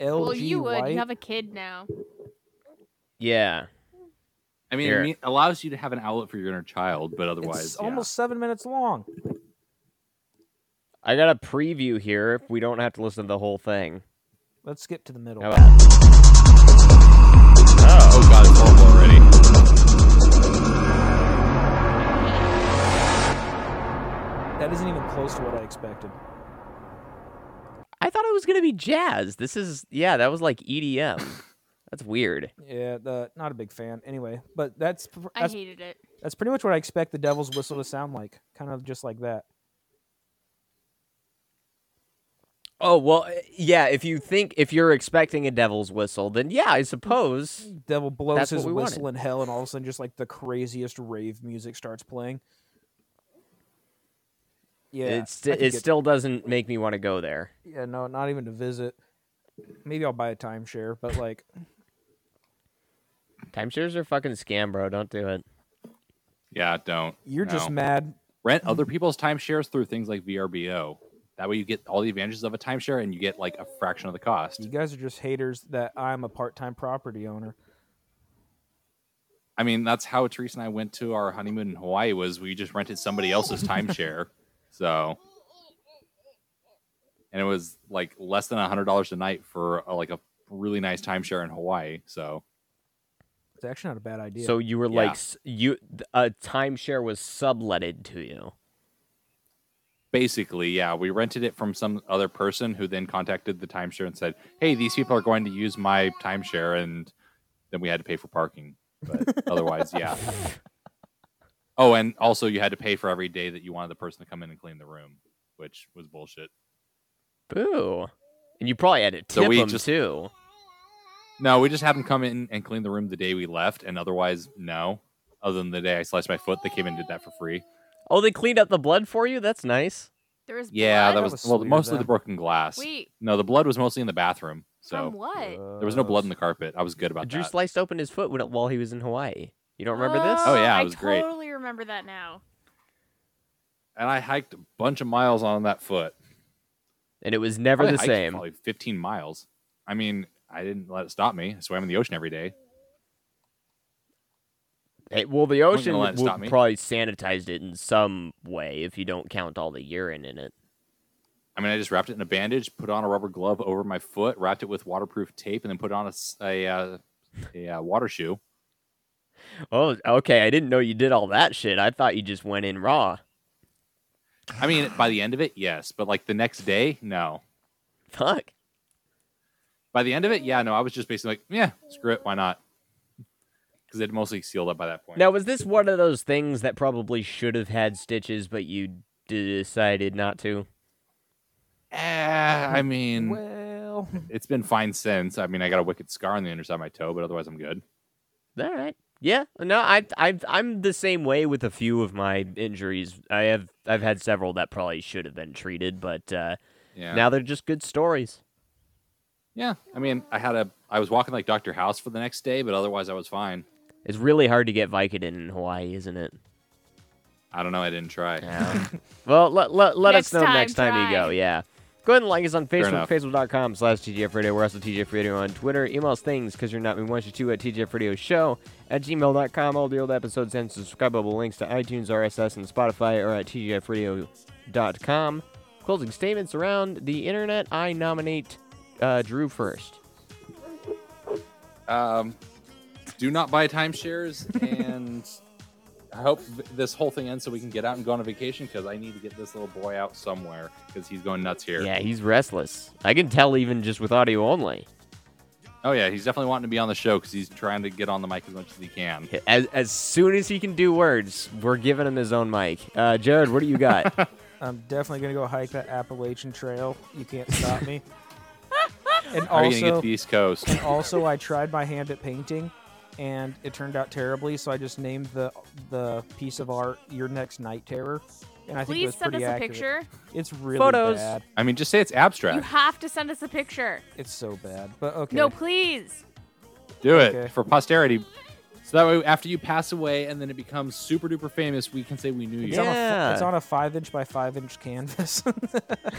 LG
well, you would.
White?
You have a kid now.
Yeah.
I mean,
Here.
it me- allows you to have an outlet for your inner child, but
it's
otherwise, yeah.
almost seven minutes long.
I got a preview here. If we don't have to listen to the whole thing.
Let's skip to the middle.
How about
Oh god, it's horrible already.
That isn't even close to what I expected.
I thought it was gonna be jazz. This is yeah, that was like EDM. That's weird.
Yeah, the, not a big fan. Anyway, but that's pr-
I
that's,
hated it.
that's pretty much what I expect the devil's whistle to sound like. Kind of just like that.
Oh well, eh, yeah. If you think if you're expecting a devil's whistle, then yeah, I suppose.
devil blows
That's what
his
we wanted.
whistle in hell, and all of a sudden, just like the craziest rave music starts playing. Yeah,
it's
I
it
could get-
still doesn't make me want to go there.
yeah no, not even to visit. Maybe I'll buy a timeshare, but like
Timeshares are fucking scam, bro. Don't do it.
Yeah, don't.
you're just
No.
mad.
rent other people's timeshares through things like VRBO. That way, you get all the advantages of a timeshare, and you get like a fraction of the cost.
You guys are just haters that I'm a part-time property owner.
I mean, that's how Teresa and I went to our honeymoon in Hawaii. Was we just rented somebody else's timeshare, So, and it was like less than a hundred dollars a night for uh, like a really nice timeshare in Hawaii. So
It's actually not a bad idea.
So you were
Yeah.
like s- you th- a timeshare was subletted to you.
basically, yeah, we rented it from some other person who then contacted the timeshare and said, "Hey, these people are going to use my timeshare," and then we had to pay for parking. But otherwise, yeah. Oh, and also you had to pay for every day that you wanted the person to come in and clean the room, which was bullshit.
Boo. And you probably had to tip
So we
them
just-
too.
No, we just had them come in and clean the room the day we left, and otherwise, no. Other than the day I sliced my foot, they came and did that for free.
Oh, they cleaned up the blood for you. That's nice.
There was
Yeah,
blood?
that
That
was,
was
well,
sweet of
mostly
them.
the broken glass.
Wait,
No, the blood was mostly in the bathroom, so
from what?
there was no blood in the carpet. I was good about
Drew
that.
sliced open his foot when, while he was in Hawaii. You don't remember this?
Oh, yeah, it
I
was great.
totally remember that now.
and I hiked a bunch of miles on that foot.
And it was never
Probably
the
hiked
same.
Probably 15 miles. I mean, I didn't let it stop me. I swam in the ocean every day.
Hey, well, the
gonna
ocean
let it
w-
stop me.
probably sanitized it in some way if you don't count all the urine in it.
I mean, I just wrapped it in a bandage, put on a rubber glove over my foot, wrapped it with waterproof tape, and then put on a s- a, uh, a, uh, water shoe.
Oh, okay. I didn't know you did all that shit. I thought you just went in raw.
I mean, by the end of it, yes, but like the next day, no.
Fuck.
By the end of it, yeah, no. I was just basically like, yeah, screw it, why not? Because it mostly sealed up by that point.
Now, was this one of those things that probably should have had stitches, but you decided not to?
Eh, I mean,
well,
it's been fine since. I mean, I got a wicked scar on the underside of my toe, but otherwise, I'm good.
All right. Yeah. No, I, I, I'm the same way with a few of my injuries. I have, I've had several that probably should have been treated, but uh,
Yeah.
now they're just good stories.
Yeah, I mean, I had a, I was walking like Doctor House for the next day, but otherwise I was fine.
It's really hard to get Vicodin in Hawaii, isn't it?
I don't know, I didn't try.
Yeah. well, let, let, let us
Next
know
time,
next time you go.
try.
Yeah. Go ahead and like us on Facebook,
enough.
facebook.com slash TGF Radio. We're also TGF Radio on Twitter. Email us things because you're not me one, you two at TGF Radio Show at gmail.com. All the old episodes and subscribable links to iTunes, RSS, and Spotify are at TGFradio.com. Closing statements around the internet. I nominate uh, Drew first.
Um, do not buy timeshares, and I hope th- this whole thing ends so we can get out and go on a vacation because I need to get this little boy out somewhere because he's going nuts here.
Yeah, he's restless. I can tell even just with audio only.
Oh yeah, he's definitely wanting to be on the show because he's trying to get on the mic as much as he can.
As, as soon as he can do words, we're giving him his own mic. Uh, Jared, what do you got?
I'm definitely gonna go hike that Appalachian Trail. You can't stop me. and
How are you gonna get
also,
to the East Coast?
and also, I tried my hand at painting, and it turned out terribly. So I just named the the piece of art "Your Next Night Terror," and I think it
Please
was
send us
pretty
a
accurate.
picture.
It's really
Photos.
bad.
I mean, just say it's
You
abstract.
have to send us a picture.
It's so bad. But okay.
No, please.
Do it
Okay.
for posterity. So that way, after you pass away and then it becomes super duper famous, we can say we knew you.
It's, on a, f- it's
Yeah.
on a five inch by five inch canvas.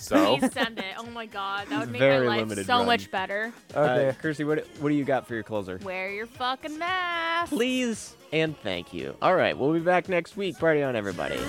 So
Please send it. Oh my god, that would make
Very
my life
limited
so
run.
much better.
okay.
Uh, Kirsty, what what do you got for your closer?
Wear your fucking mask.
Please and thank you. All right, we'll be back next week. Party on, everybody.